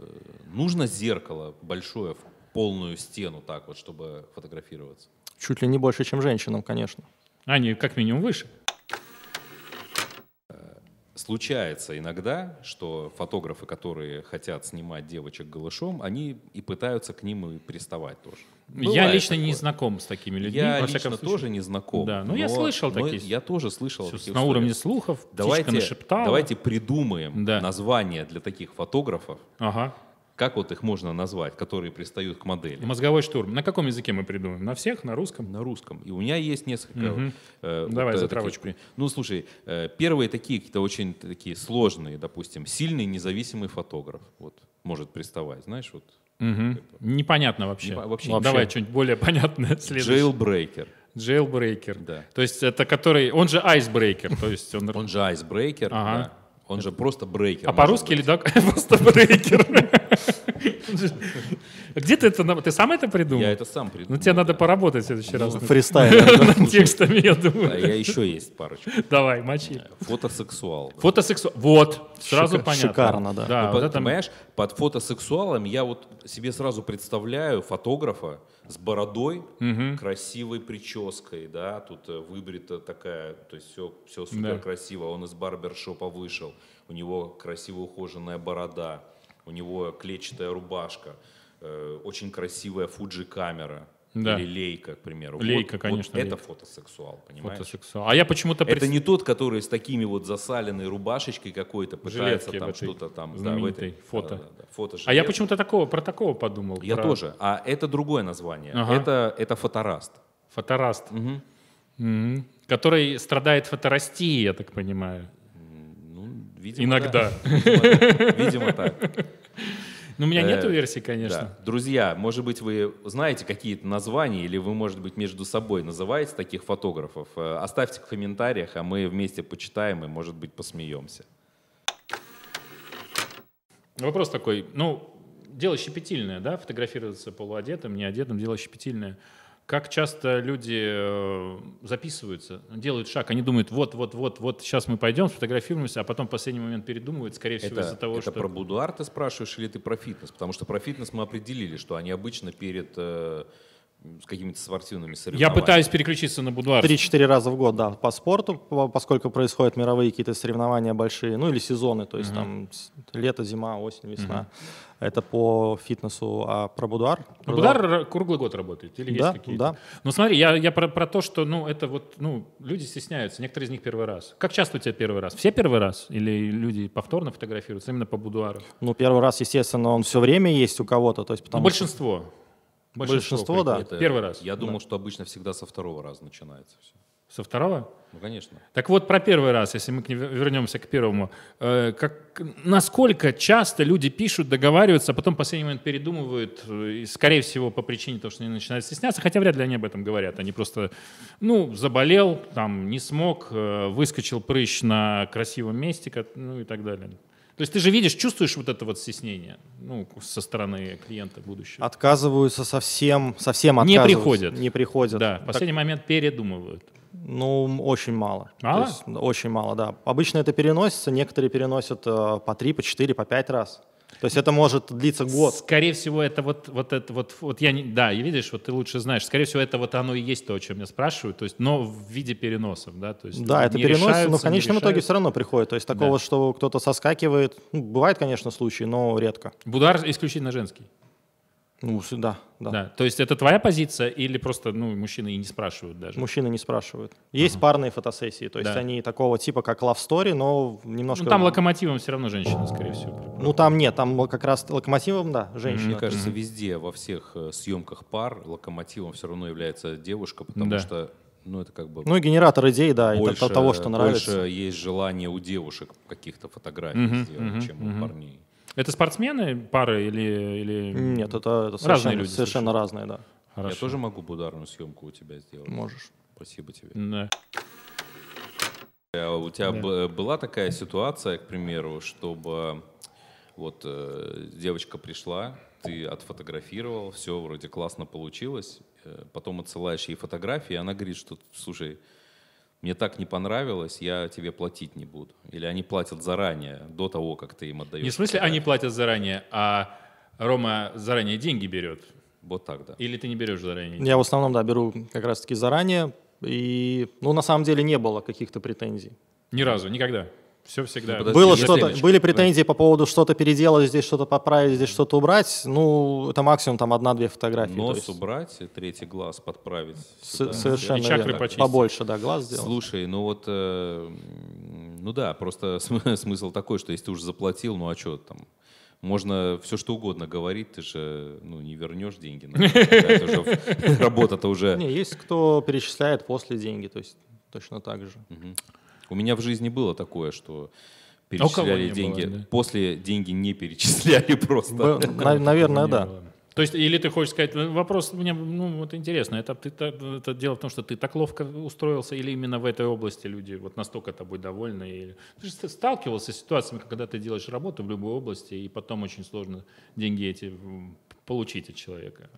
нужно зеркало большое в полную стену так вот, чтобы фотографироваться?
Чуть ли не больше, чем женщинам, конечно.
Они как минимум выше.
Случается иногда, что фотографы, которые хотят снимать девочек голышом, они и пытаются к ним и приставать тоже.
я
Бывает
лично не
такое.
знаком с такими людьми.
Я
во всяком
лично
случае.
тоже не знаком.
Да, ну я слышал
но
такие-
Я тоже слышал.
Всё
такие
на
истории.
уровне слухов.
Давайте,
птичка нашептала.
давайте придумаем
Да.
название для таких фотографов.
Ага.
Как вот их можно назвать, которые пристают к модели?
Мозговой штурм. На каком языке мы придумаем? На всех? На русском?
На русском. И у меня есть несколько.
Мгм.
э,
Давай
э,
за
таких
травочку.
при- Ну, слушай, э, первые такие какие-то очень такие сложные, допустим, сильный независимый фотограф вот может приставать, знаешь, вот.
Мгм. Непонятно вообще.
Не по- вообще
Ну,
ничего.
Давай что-нибудь более понятное. Следующее.
Джейлбрейкер.
Джейлбрейкер.
Да.
То есть это который... Он же айсбрейкер. То есть он...
Он же айсбрейкер.
Ага.
да. Он же просто брейкер.
А
может
по-русски или так? Просто брейкер. Где ты это? на- Ты сам это придумал?
Я это Ну, сам придумал.
Ну, тебе надо
да.
поработать в следующий раз. над-
Фристайл. да?
Над текстами, я
А
думаю.
я еще есть парочку.
Давай, мочи.
Фотосексуал. да.
Фотосексуал. Вот, сразу
Шика-
понятно.
шикарно, да.
Да,
Ну,
А, вот
под-
это-
Понимаешь, под фотосексуалом я вот себе сразу представляю фотографа с бородой, красивой прической, да, тут э, выбрита такая, то есть все, все супер красиво. Он из барбершопа вышел, у него красиво ухоженная борода, у него клетчатая рубашка, э, очень красивая фуджи камера
Да.
или лейка, к примеру.
Лейка, конечно,
Это
лейка.
фотосексуал, понимаешь?
Фотосексуал. А я почему-то...
Это
пред-
не тот, который с такими вот засаленной рубашечкой какой-то пытается
Жилетке в
там
этой
что-то там.
знаменитой фото.
фото
А я почему-то такого, про такого подумал.
Я
про
тоже. А это другое название.
Ага.
Это, это фотораст.
Фотораст. Мгм. Который страдает фоторастией, я так понимаю.
Ну, видимо,
Иногда.
да. Видимо, Видимо, так.
Ну, у меня
Э,
нету версии, конечно.
Да. Друзья, может быть, вы знаете какие-то названия, или вы, может быть, между собой называете таких фотографов. Э, Оставьте в комментариях, а мы вместе почитаем и, может быть, посмеемся.
Вопрос такой, ну, дело щепетильное, да, фотографироваться полуодетым, неодетым, дело щепетильное. Как часто люди э, записываются, делают шаг, они думают, вот, вот, вот, вот, сейчас мы пойдем, сфотографируемся, а потом в последний момент передумывают, скорее всего,
Это,
из-за того,
это
что...
про будуар ты спрашиваешь или ты про фитнес? Потому что про фитнес мы определили, что они обычно перед э, с какими-то спортивными
Я
соревнованиями.
пытаюсь переключиться на будуар.
Три-четыре раза в год, да, по спорту, по- поскольку происходят мировые какие-то соревнования большие, ну или сезоны, то есть там с- лето, зима, осень, весна. Это по фитнесу, а про будуар?
Ну, Будар р- круглый год работает или
Да,
есть какие-то?
да.
Ну смотри, я, я про, про то, что ну это вот ну люди стесняются, некоторые из них первый раз. Как часто у тебя первый раз? Все первый раз или люди повторно фотографируются именно по будуару?
Ну, первый раз, естественно, он все время есть у кого-то, то есть
Ну,
потому
большинство.
Большинство, да.
приходит. Первый раз.
Я думал, что обычно всегда со второго раза начинается все.
Со второго?
Ну, конечно.
Так вот, про первый раз, если мы к ним вер- вернемся к первому. Э, как, насколько часто люди пишут, договариваются, а потом в последний момент передумывают, э, и, скорее всего, по причине того, что они начинают стесняться, хотя вряд ли они об этом говорят. Они просто, ну, заболел, там, не смог, э, выскочил прыщ на красивом месте, как- ну и так далее. То есть ты же видишь, чувствуешь вот это вот стеснение ну, со стороны клиента будущего.
отказываются совсем, совсем
Не
отказываются.
приходят.
Не приходят.
Да, в
Так,
последний момент передумывают.
ну, м, очень мало. То
Мало?
есть, м, очень мало, да. Обычно это переносится, некоторые переносят э, по три, по четыре, по пять раз. То есть это может длиться год.
Скорее всего, это вот, вот это вот, вот я не, да, и видишь, вот ты лучше знаешь. Скорее всего, это вот оно и есть то, о чем я спрашиваю, то есть, но в виде переносов, да, то есть.
Да, это
не
переносится, но в
решаются, не
конечном итоге
решаются.
все равно приходит. То есть такого,
Да.
что кто-то соскакивает, ну, бывает, конечно, случаи, но редко.
Будар исключительно женский.
Ну, с- да, да.
Да. То есть это твоя позиция или просто, ну, мужчины и не спрашивают даже.
Мужчины не спрашивают. Есть парные фотосессии, то есть
Да.
они такого типа, как Love Story, но немножко...
Ну, там локомотивом все равно женщина, скорее всего.
Ну, там нет, там л- как раз локомотивом, да, женщина.
Мне кажется, везде, во всех э, съемках пар, локомотивом все равно является девушка, потому
Да.
что, ну, это как бы
Ну и генератор идей, да, и
больше,
то- того, что нравится.
больше есть желание у девушек каких-то фотографий
Мгм,
сделать,
мгм,
чем
мгм.
у парней.
Это спортсмены, пары или или?
Нет, это, это
Разные
совершенно,
люди
совершенно разные, да.
Хорошо.
Я тоже могу бударную съемку у тебя сделать?
Можешь.
Спасибо тебе.
Да.
А у тебя
Да.
б- была такая ситуация, к примеру, чтобы вот э, девочка пришла, ты отфотографировал, все вроде классно получилось, э, потом отсылаешь ей фотографии, и она говорит, что слушай, мне так не понравилось, я тебе платить не буду. Или они платят заранее, до того, как ты им отдаешь.
Не в смысле, они платят заранее, а Рома заранее деньги берет.
Вот так, да.
Или ты не берешь заранее? деньги?
Я в основном, да, беру как раз-таки заранее. И, ну, на самом деле не было каких-то претензий.
Ни разу, никогда. Все всегда.
Ну, Подожди,
было
если-
что-то,
Леночка,
были
да.
претензии по поводу что-то переделать здесь, что-то поправить, здесь что-то убрать. Ну, это максимум там одна-две фотографии. то
Нос
есть
убрать, третий глаз подправить.
с-
сюда.
совершенно
И чакры
верно.
почистить.
Побольше, да, глаз сделать.
Слушай, ну вот, э, м, ну да, просто см- смысл такой, что если ты уже заплатил, ну а что там? Можно все что угодно говорить, ты же ну, не вернешь деньги. наверное, да, это уже в- Работа-то уже.
Не, есть кто перечисляет после деньги, то есть точно так же.
У меня в жизни было такое, что
А у кого
перечисляли
не было,
деньги.
да?
После деньги не перечисляли
Б-
просто.
на- наверное,
Не
да.
было. То есть, или ты хочешь сказать, вопрос мне, ну, вот интересно, это, ты, та- это дело в том, что ты так ловко устроился, или именно в этой области люди вот настолько тобой довольны? Или... Ты же сталкивался с ситуациями, когда ты делаешь работу в любой области, и потом очень сложно деньги эти м, получить от человека.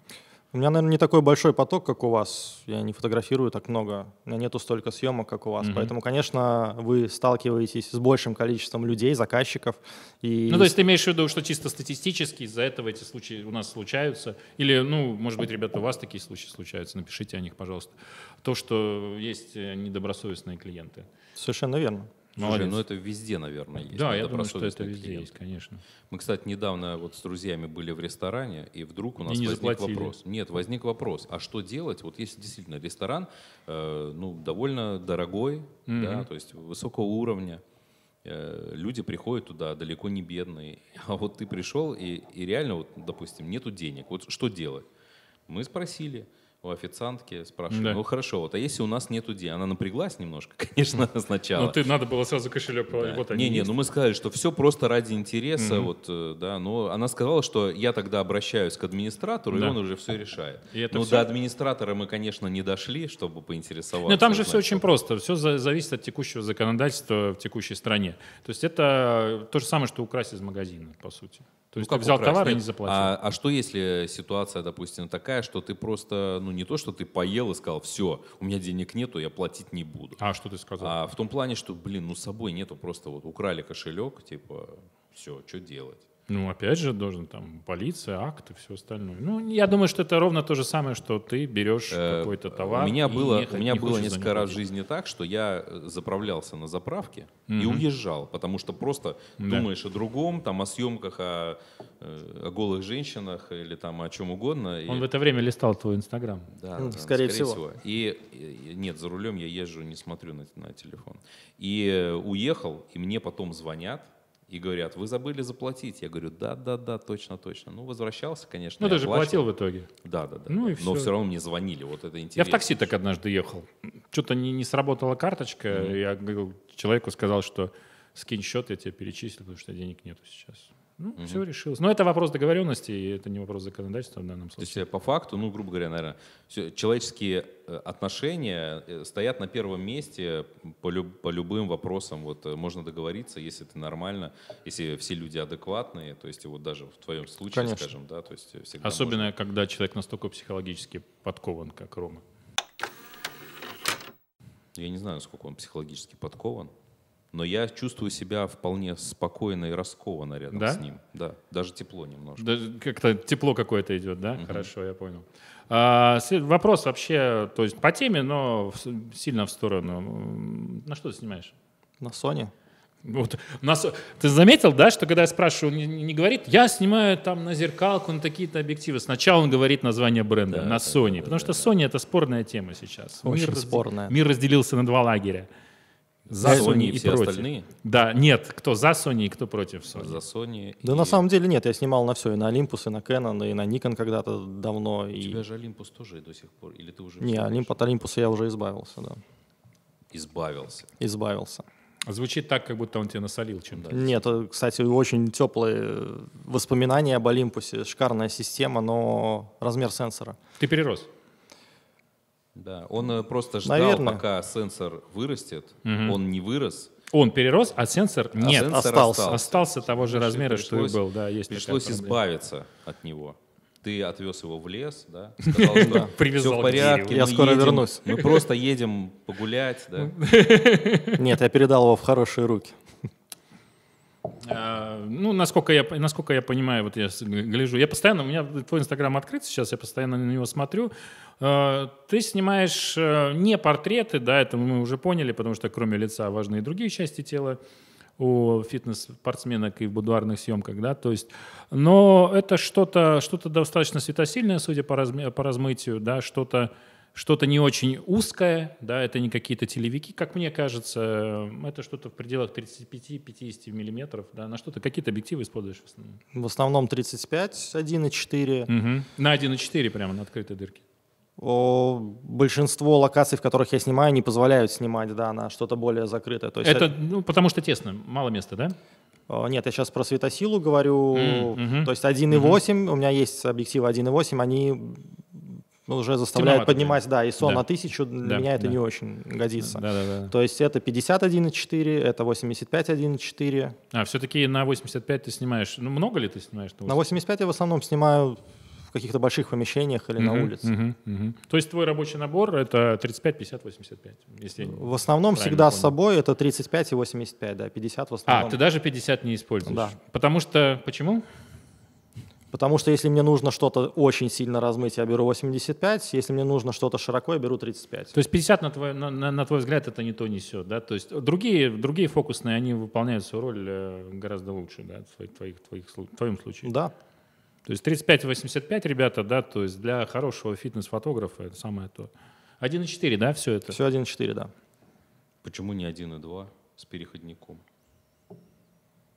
У меня, наверное, не такой большой поток, как у вас. Я не фотографирую так много. У меня нету столько съемок, как у вас.
Мгм.
Поэтому, конечно, вы сталкиваетесь с большим количеством людей, заказчиков. И
Ну, то есть ты имеешь в виду, что чисто статистически из-за этого эти случаи у нас случаются? Или, ну, может быть, ребята, у вас такие случаи случаются, напишите о них, пожалуйста. То, что есть э, недобросовестные клиенты.
совершенно верно.
Слушай,
Молодец.
ну это везде, наверное, есть. Ну,
да, я
Это
думаю, что это
просовестные
везде
клиенты.
есть, конечно.
Мы, кстати, недавно вот с друзьями были в ресторане, и вдруг у нас
не
возник
заплатили.
вопрос. Нет, возник вопрос, а что делать, вот если действительно ресторан, э, ну, довольно дорогой,
Мгм.
да, то есть высокого уровня, э, люди приходят туда далеко не бедные, а вот ты пришел, и, и реально, вот, допустим, нету денег, вот что делать? Мы спросили у официантки, спрашивали,
Да.
ну хорошо, вот, а если у нас нету денег? Она напряглась немножко, конечно, сначала.
Ну, ты надо было сразу кошелек,
Да.
Э, вот они
не, не,
есть.
ну мы сказали, что все просто ради интереса,
Мгм.
вот, э, да, но она сказала, что я тогда обращаюсь к администратору,
Да.
и он уже все решает.
И это
ну
всё?
до администратора мы, конечно, не дошли, чтобы поинтересоваться. а
Ну, там же
узнать,
все очень
что-
просто. Все зависит от текущего законодательства в текущей стране. То есть это то же самое, что украсть из магазина, по сути. То
Ну,
есть
как
ты взял
украсть?
товар и
Нет.
не заплатил.
А, а что если ситуация, допустим, такая, что ты просто, ну не то, что ты поел и сказал, все, у меня денег нету, я платить не буду.
А что ты сказал?
А в том плане, что, блин, ну с собой нету, просто вот украли кошелек, типа, все, что делать?
Ну, опять же, должен там полиция, акт и все остальное. Ну, я думаю, что это ровно то же самое, что ты берешь
Э,
какой-то товар.
У меня
и
было,
не хо-
у меня
не
было
хочешь за него
несколько раз в
платить.
жизни так, что я э, заправлялся на заправке и
Мгм.
уезжал, потому что просто
Да.
думаешь о другом, там о съемках, о, э, о голых женщинах или там о чем угодно. и-
Он в это время листал твой инстаграм.
Да,
Ну,
да,
скорее всего.
И, э, нет, за рулем я езжу, не смотрю на, на телефон. И э, уехал, и мне потом звонят и говорят, вы забыли заплатить. Я говорю, да, да, да, точно, точно. Ну, возвращался, конечно.
Ну,
я
ты же платил
оплачивал.
в итоге.
Да, да, да.
Ну и всё.
Но все равно мне звонили, вот это интересно.
Я в такси так однажды ехал. Что-то не, не сработала карточка. Я говорю, человеку сказал, что скинь счет, я тебе перечислю, потому что денег нету сейчас. Ну, все решилось. Но это вопрос договоренности, и это не вопрос законодательства в данном
То есть
случае.
э, по факту, ну, грубо говоря, наверное, всё- человеческие э, отношения э, стоят на первом месте по, люб- по любым вопросам. Вот э, можно договориться, если ты нормально, если все люди адекватные, то есть и вот даже в твоем случае,
Конечно.
скажем, да, то есть э, всегда
Особенно, когда человек настолько психологически подкован, как Рома.
можно- Я не знаю, насколько он психологически подкован, но я чувствую себя вполне спокойно и раскованно рядом
Да?
с ним. Да, даже тепло немножко.
Да, как-то тепло какое-то идет, да? Хорошо, я понял. А, се- вопрос вообще, то есть по теме, но в с- сильно в сторону. М, На что ты снимаешь?
На Sony?
Вот, у нас, ты заметил, да, что когда я спрашиваю, он не, не говорит, я снимаю там на зеркалку, на такие-то объективы. Сначала он говорит название бренда,
Да,
на
да,
Sony,
да,
потому
да,
что Sony это спорная тема сейчас.
Очень
разде-
спорная.
Мир разделился на два лагеря. За
Sony
Sony
и
и
все
против.
остальные?
Да, нет, кто за Sony и кто против Sony.
За Sony.
Да на самом деле нет, я снимал на все, и на Olympus, и на Canon, и на Nikon когда-то давно.
У
И...
тебя же Олимпус тоже до сих пор, или ты уже
Не,
всё
Олимп, от Олимпуса я уже избавился, да.
избавился?
Избавился.
Звучит так, как будто он тебе насолил чем-то.
Нет, э, кстати, очень теплые э, воспоминания об Олимпусе. Шикарная система, но размер сенсора.
Ты перерос.
Да, он э, просто ждал,
Наверное.
пока сенсор вырастет. Он не вырос.
Он перерос, а сенсор
а
нет.
сенсор
остался.
Остался того же
Значит,
размера, что и
пришлось-
был. Да, есть такая
Пришлось
проблема.
избавиться от него. Ты отвез его в лес, да? Сказал, что
Привязал
все в
к
порядке.
дереву.
Я
мы
скоро
едем,
вернусь.
Мы просто едем погулять, да?
Нет, я передал его в хорошие руки.
А, Ну, насколько я, насколько я понимаю, вот я с- г- гляжу. Я постоянно, у меня твой инстаграм открыт сейчас, я постоянно на него смотрю. Э, Ты снимаешь э, не портреты, да, это мы уже поняли, потому что кроме лица важны и другие части тела у фитнес-спортсменок и в будуарных съемках, да, то есть, но это что-то, что-то достаточно светосильное, судя по, разме- по размытию, да, что-то, что-то не очень узкое, да, это не какие-то телевики, как мне кажется, э, это что-то в пределах 35-50 миллиметров, да, на что-то, какие-то объективы используешь в основном?
В основном 35, 1,4.
На 1,4 прямо на открытой дырке.
О, Большинство локаций, в которых я снимаю, не позволяют снимать, да, на что-то более закрытое. То есть
это, ну, потому что тесно, мало места, да?
Э, Нет, я сейчас про светосилу говорю.
М, мгм.
То есть 1,8, у меня есть объективы 1,8, они ну, уже заставляют
Темновато,
поднимать, да, ISO
Да.
на 1000, для
Да,
меня это
да.
не очень годится.
Да-да-да.
То есть это 51,4, это 85,1,4.
А, все-таки на 85 ты снимаешь... Ну, много ли ты снимаешь?
На 85 я в основном снимаю в каких-то больших помещениях или на
Мгм,
улице.
мгм, мгм. То есть твой рабочий набор это 35, 50, 85. Если... я не-
В основном
Правильно
всегда с
понял.
собой это 35 и 85, да, 50 в основном.
А, ты даже 50 не используешь.
Да.
Потому что... Почему?
Потому что если мне нужно что-то очень сильно размыть, я беру 85, если мне нужно что-то широко, я беру 35.
То есть 50, на твой, на, на- на твой взгляд, это не то несет, да? То есть другие, другие фокусные, они выполняют свою роль э, гораздо лучше, да, в твоих, твоих, твоих слу- в твоем случае.
Да.
То есть 35-85, ребята, да, то есть для хорошего фитнес-фотографа это самое то. 1,4, да, все это?
Все 1,4, да.
Почему не 1,2 с переходником,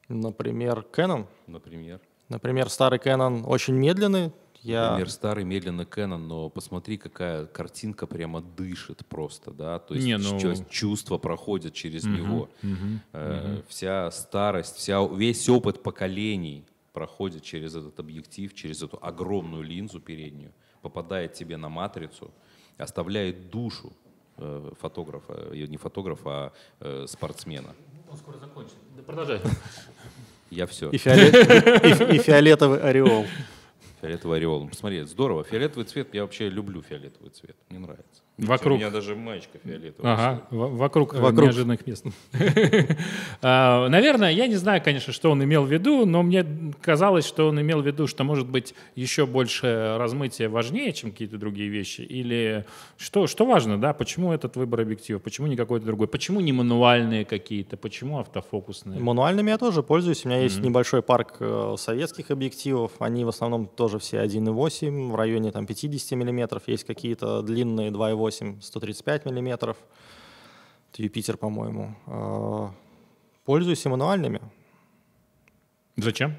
Например, Canon.
например?
Например, старый Canon очень медленный. Я...
Например, старый медленно Canon, но посмотри, какая картинка прямо дышит просто, да, то есть
Не, ну-
чё- чувства проходят через него.
Мгм.
Э, Вся старость, вся, весь опыт поколений проходит через этот объектив, через эту огромную линзу переднюю, попадает тебе на матрицу, оставляет душу э, фотографа, э, не фотографа, а э, спортсмена.
Он скоро закончит. Да продолжай.
Я все.
И, фиолет- и- и фиолетовый ореол.
Фиолетовый ореол. Ну, Посмотри, это здорово. Фиолетовый цвет, я вообще люблю фиолетовый цвет. Мне нравится.
Вокруг.
У меня даже маечка фиолетовая.
Ага, во- вокруг, э,
Вокруг.
неожиданных мест. А, Наверное, я не знаю, конечно, что он имел в виду, но мне казалось, что он имел в виду, что, может быть, еще больше размытия важнее, чем какие-то другие вещи. Или что, что важно, да, почему этот выбор объектива, почему не какой-то другой, почему не мануальные какие-то, почему автофокусные.
Мануальными я тоже пользуюсь. У меня есть небольшой парк э, советских объективов. Они в основном тоже все 1,8, в районе там, 50 миллиметров. Есть какие-то длинные 2,8, 135 миллиметров. Это Юпитер, по-моему. Э, Пользуюсь и мануальными.
Зачем?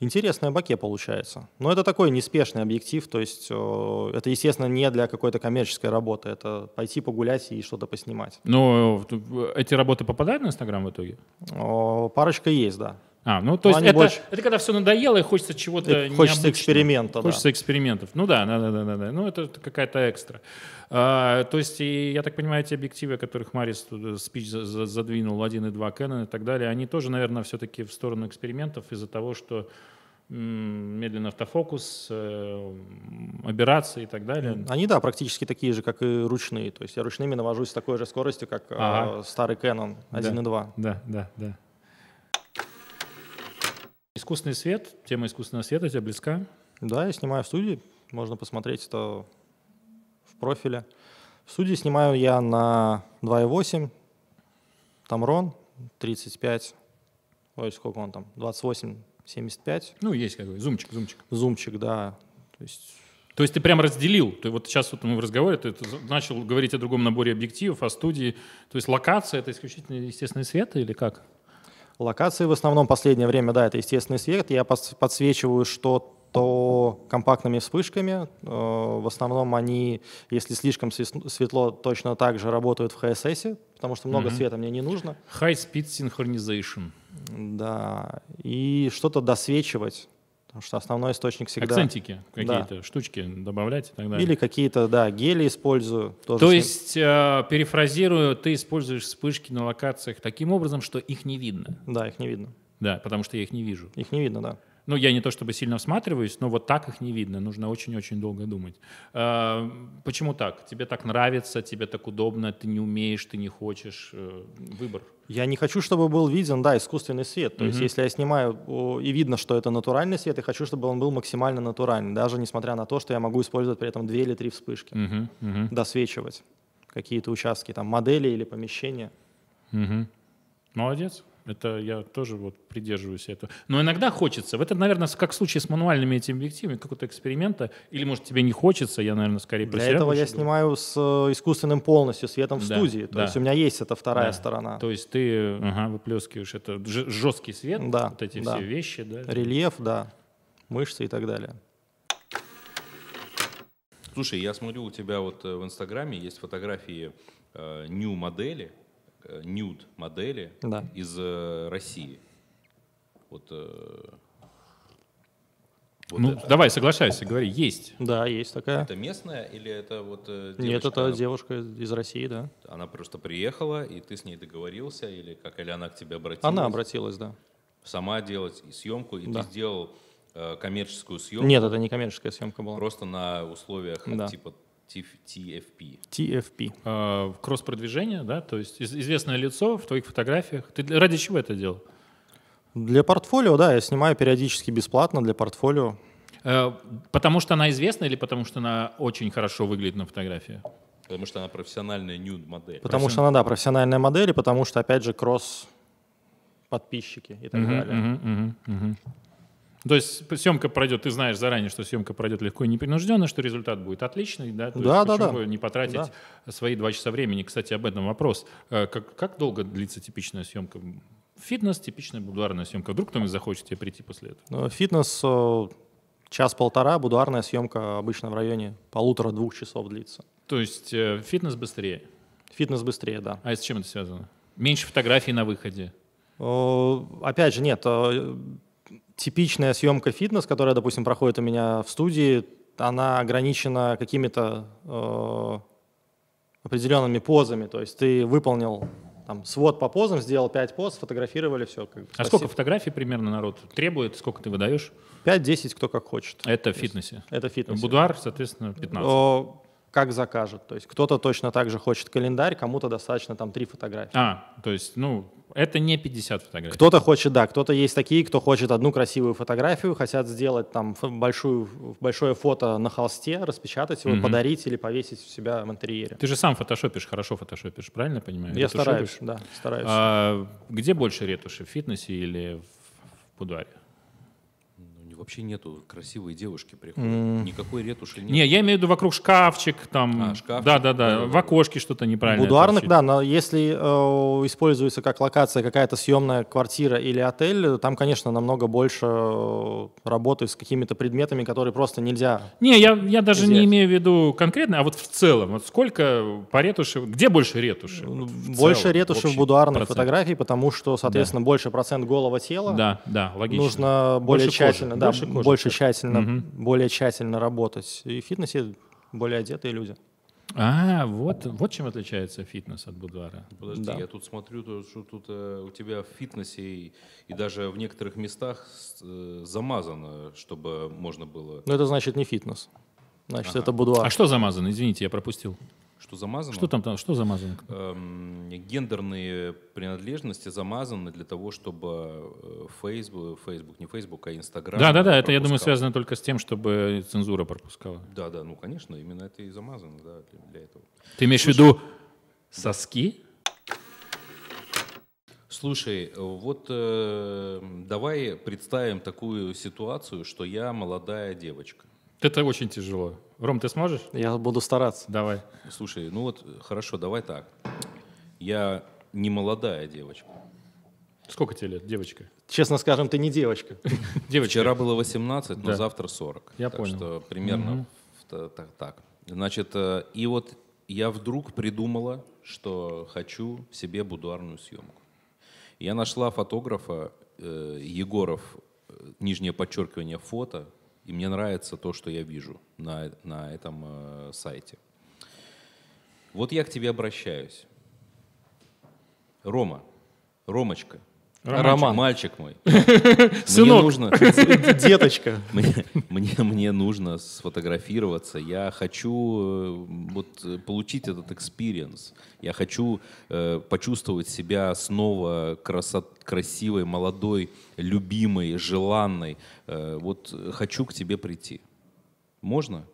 Интересное баке получается. Но это такой неспешный объектив, то есть э, это, естественно, не для какой-то коммерческой работы. Это пойти погулять и что-то поснимать.
Ну, э, эти работы попадают на Инстаграм в итоге?
О, Э, Парочка есть, да.
А, ну то есть
они
это,
больше-
это когда все надоело и хочется чего-то
Э, хочется
необычного.
эксперимента, да.
Хочется экспериментов. Ну да, да, да, да, да, да. Ну это какая-то экстра. А, то есть, и, я так понимаю, эти объективы, о которых Марис тут, э, спич за- за- задвинул, 1.2 Canon и так далее, они тоже, наверное, все-таки в сторону экспериментов из-за того, что м, медленный автофокус, э, м, аберрации и так далее.
Они, да, практически такие же, как и ручные. То есть я ручными навожусь с такой же скоростью, как э,
Ага.
старый Canon 1.2.
Да, да, да. Искусственный свет, тема искусственного света тебе близка?
Да, я снимаю в студии. Можно посмотреть это в профиле. В студии снимаю я на 2.8, Tamron 35, ой, сколько он там, 28, 75.
Ну, есть какой зумчик, зумчик.
Зумчик, да. То есть
То есть ты прям разделил. Ты вот сейчас вот мы в разговоре ты это за- начал говорить о другом наборе объективов, о студии. То есть локация это исключительно естественный свет или как?
Локации в основном последнее время, да, это естественный свет. Я пос- подсвечиваю что-то компактными вспышками. Э, В основном они, если слишком свис- светло, точно так же работают в HSS, потому что много света мне не нужно.
High speed synchronization.
Да, и что-то досвечивать, потому что основной источник всегда...
Акцентики какие-то, штучки добавлять и так далее.
Или какие-то, да, гели использую. Тоже
То
с ним-
есть, э, перефразирую, ты используешь вспышки на локациях таким образом, что их не видно.
Да, их не видно.
Да, потому что я их не вижу.
Их не видно, да.
Ну, я не то чтобы сильно всматриваюсь, но вот так их не видно. Нужно очень-очень долго думать. Э, Почему так? Тебе так нравится, тебе так удобно, ты не умеешь, ты не хочешь. э, Выбор.
Я не хочу, чтобы был виден, да, искусственный свет. То есть, если я снимаю о, и видно, что это натуральный свет, я хочу, чтобы он был максимально натуральный, даже несмотря на то, что я могу использовать при этом две или три вспышки,
Мгм, мгм,
досвечивать какие-то участки, там, модели или помещения.
мгм. Молодец. Это я тоже вот придерживаюсь этого. Но иногда хочется. Вот это, наверное, как в случае с мануальными этими объективами, какого-то эксперимента. Или, может, тебе не хочется, я, наверное, скорее про
Для
себя
этого я
больше говорю.
снимаю с э, искусственным полностью светом в
Да,
студии. То
да.
есть, у меня есть эта вторая
Да.
сторона.
То есть ты э, ага, выплескиваешь это ж- жесткий свет,
Да,
вот эти
да.
все вещи. Да?
Рельеф, да, мышцы и так далее.
Слушай, я смотрю, у тебя вот э, в Инстаграме есть фотографии э, нью э, модели, нюд модели
Да.
из э, России. Вот, э, вот
Ну,
это.
давай, соглашайся, говори, есть.
Да, есть такая.
Это местная или это вот э,
Нет,
девочка,
это
она-
девушка из России, да.
Она просто приехала, и ты с ней договорился, или как, или она к тебе обратилась?
Она обратилась, да.
Сама делать и съемку, и
Да.
ты сделал э, коммерческую съемку
Нет, это не коммерческая съемка была.
просто на условиях э,
Да.
типа TF- TFP.
TFP.
А, кросс-продвижение, да, то есть из- известное лицо в твоих фотографиях. Ты для- ради чего это делал?
Для портфолио, да, я снимаю периодически бесплатно для портфолио.
Э, Потому что она известна или потому что она очень хорошо выглядит на фотографии?
Потому что она профессиональная нюд-модель.
Потому что она, да, профессиональная модель, и потому что, опять же, кросс подписчики и так далее.
Мгм, мгм, мгм. То есть съемка пройдет, ты знаешь заранее, что съемка пройдет легко и непринужденно, что результат будет отличный, да? То есть
Да, да,
почему
да.
бы не потратить свои два часа времени? Кстати, об этом вопрос. Э, Как, как долго длится типичная съемка? Фитнес, типичная будуарная съемка. Вдруг кто-нибудь захочет тебе прийти после этого?
Ну, Фитнес э, час-полтора, будуарная съемка обычно в районе полутора-двух часов длится.
То есть э, фитнес быстрее.
Фитнес быстрее, да.
А с чем это связано? Меньше фотографий на выходе. А
Э, Опять же, нет, э, типичная съемка фитнес, которая, допустим, проходит у меня в студии, она ограничена какими-то э, определенными позами. То есть ты выполнил там, свод по позам, сделал 5 поз, сфотографировали, все. Как бы,
А
спасибо.
сколько фотографий примерно народ требует, сколько ты выдаешь?
5-10, кто как хочет.
Это в фитнесе.
Это фитнес.
Будуар, соответственно, 15.
О, как закажет. То есть кто-то точно так же хочет календарь, кому-то достаточно там три фотографии.
А, то есть, ну, это не 50 фотографий.
Э, Кто-то хочет, да, кто-то есть такие, кто хочет одну красивую фотографию, хотят сделать там ф- большую, ф- большое фото на холсте, распечатать его,
Мгм.
подарить или повесить у себя в интерьере.
Ты же сам фотошопишь, хорошо фотошопишь, правильно я понимаю?
Я
Ретушируешь?
стараюсь, да, стараюсь.
А где больше ретуши, в фитнесе или в, в будуаре?
Ну, не- вообще нету красивой девушки приходят. Никакой ретуши нет.
Не, я имею в виду вокруг шкафчик, там,
А, шкафчик,
да, да, да,
да-да-да.
в окошке что-то неправильно.
Будуарных, да, но если э, используется как локация какая-то съемная квартира или отель, э, там, конечно, намного больше э, работы с какими-то предметами, которые просто нельзя.
Не, я, я даже не
Взять.
имею в виду конкретно, а вот в целом, вот сколько по ретуши, где больше ретуши? Вот в
Ну, больше
целом,
ретуши в
общий
будуарной
процент.
фотографии, потому что, соответственно, больше процент голого тела.
Да, да, логично.
Нужно более
Больше кожи,
тщательно, да,
больше
больше,
кожи, кстати.
тщательно,
Мгм.
более тщательно работать. И в фитнесе более одетые люди.
А, вот, вот чем отличается фитнес от будуара.
Подожди,
Да.
я тут смотрю, то, что тут э, у тебя в фитнесе и, и даже в некоторых местах с- э, замазано, чтобы можно было...
Но это значит не фитнес. Значит, это будуар.
А что замазано? Извините, я пропустил.
Что замазано?
Что там, там что замазано?
Эм, гендерные принадлежности замазаны для того, чтобы э, Facebook, Facebook не Facebook, а Instagram.
Да, да, да, это, я думаю,
пропускал.
связано только с тем, чтобы цензура пропускала.
Да, да, ну конечно, именно это и замазано да, для, для этого.
Ты имеешь в виду соски?
Слушай, э, вот э, давай представим такую ситуацию, что я молодая девочка.
Это очень тяжело. Ром, ты сможешь?
Я буду стараться.
Давай.
Слушай, ну вот э, хорошо, давай так. Я не молодая девочка.
Сколько тебе лет, девочка?
Честно скажем, ты не девочка.
Девочка.
Вчера было 18, но
Да.
завтра 40.
Я
так
понял.
что примерно в- та- так, так. Значит, э, и вот я вдруг придумала, что хочу себе будуарную съемку. Я нашла фотографа э, Егоров, э, нижнее подчеркивание фото, и мне нравится то, что я вижу на, на этом э, сайте. Вот я к тебе обращаюсь. Рома, Ромочка,
Роман.
мальчик мой,
Сынок.
мне нужно,
Деточка.
мне, мне, мне нужно сфотографироваться. Я хочу э, вот, э, получить этот экспириенс. Я хочу э, почувствовать себя снова красо- красивой, молодой, любимой, желанной. Э, вот э, хочу к тебе прийти. Можно?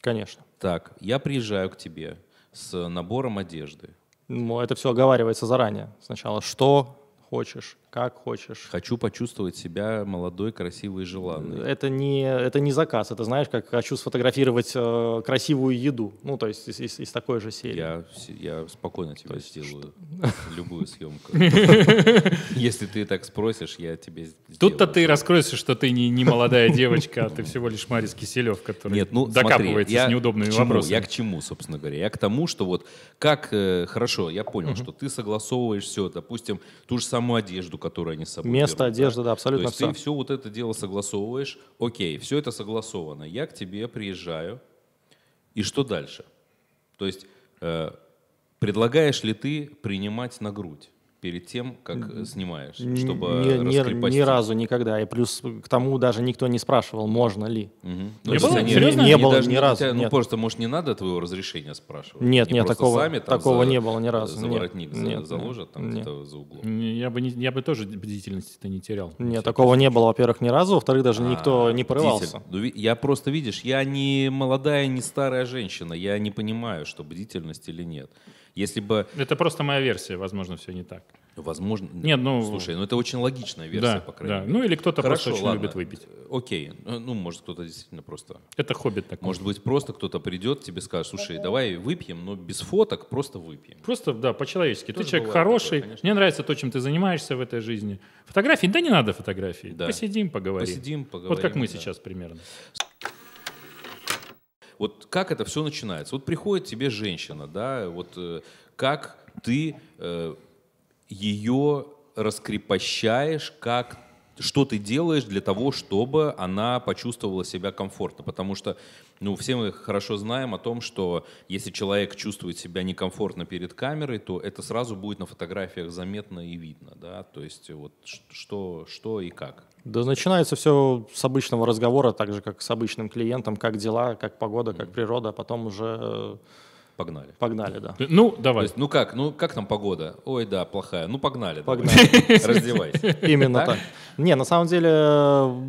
Конечно.
Так, я приезжаю к тебе с набором одежды.
Ну, это все оговаривается заранее. Сначала что хочешь, как хочешь.
Хочу почувствовать себя молодой, красивой, желанной.
Это не, это не заказ, это знаешь, как хочу сфотографировать э, красивую еду. Ну, то есть из, из- из такой же серии.
Я, вс- я спокойно тебе сделаю любую съемку. Если ты так спросишь, я тебе сделаю.
Тут-то ты раскроешься, что ты не, не молодая девочка, а ты всего лишь Марис Киселев, который
Нет, ну, смотри,
докапывается
я
с неудобными
к чему?
вопросами.
Я к чему, собственно говоря? Я к тому, что вот как... э, хорошо, я понял, что ты согласовываешь все, допустим, ту же самую одежду, которую они с собой
Место,
берут, да.
одежда, да, абсолютно
То есть
всё.
ты все вот это дело согласовываешь, окей, все это согласовано, я к тебе приезжаю, и что дальше? То есть э, предлагаешь ли ты принимать на грудь перед тем, как э, снимаешь, чтобы
ни, ни-
раскрепостить?
ни разу никогда. И плюс к тому даже никто не спрашивал, можно ли.
Мгм.
Не
есть
было?
они-
Серьезно?
они
Не
было
даже
ни
не-
разу,
тебя, Ну,
нет.
просто, может, не надо твоего разрешения спрашивать?
Нет,
Они
нет,
просто
такого-
сами там
такого
за-
не было ни разу,
За
нет,
воротник за-
нет, нет,
заложат там
нет.
где-то за углом.
Не, Я бы, не, я бы тоже бдительности-то не терял.
Нет, такого не было, во-первых, ни разу, во-вторых, даже никто
А,
не
бдитель.
порывался.
Ну, ви- Я просто, видишь, я не молодая, не старая женщина. Я не понимаю, что бдительность или нет. Если бы,
Это просто моя версия, возможно, все не так.
возможно...
Нет, ну-
Слушай, ну это очень логичная версия,
да,
по крайней
да.
мере.
Ну или кто-то
Хорошо,
просто очень
ладно.
любит выпить.
Окей. Ну, может, кто-то действительно просто
Это хоббит такой.
Может быть, просто кто-то придет, тебе скажет, слушай, давай выпьем, но без фоток, просто выпьем.
Просто, да, по-человечески. Ты
Тоже
человек
бывает
хороший,
такое, конечно.
мне нравится то, чем ты занимаешься в этой жизни. Фотографии? Да не надо фотографии.
Да.
Посидим, поговорим.
Посидим, поговорим.
вот как мы
да.
сейчас примерно.
Вот как это все начинается? Вот приходит тебе женщина, да, вот э, как ты э, ее раскрепощаешь, как что ты делаешь для того, чтобы она почувствовала себя комфортно. Потому что, ну, все мы хорошо знаем о том, что если человек чувствует себя некомфортно перед камерой, то это сразу будет на фотографиях заметно и видно, да. То есть вот ш- что, что и как.
Да начинается все с обычного разговора, так же, как с обычным клиентом, как дела, как погода, как природа, а потом уже
Погнали.
э, погнали, да.
Ну,
То
давай.
есть, ну как, ну как там погода? Ой, да, плохая. Ну погнали. давай. Раздевайся.
Именно
Так?
так. Не, на самом деле э,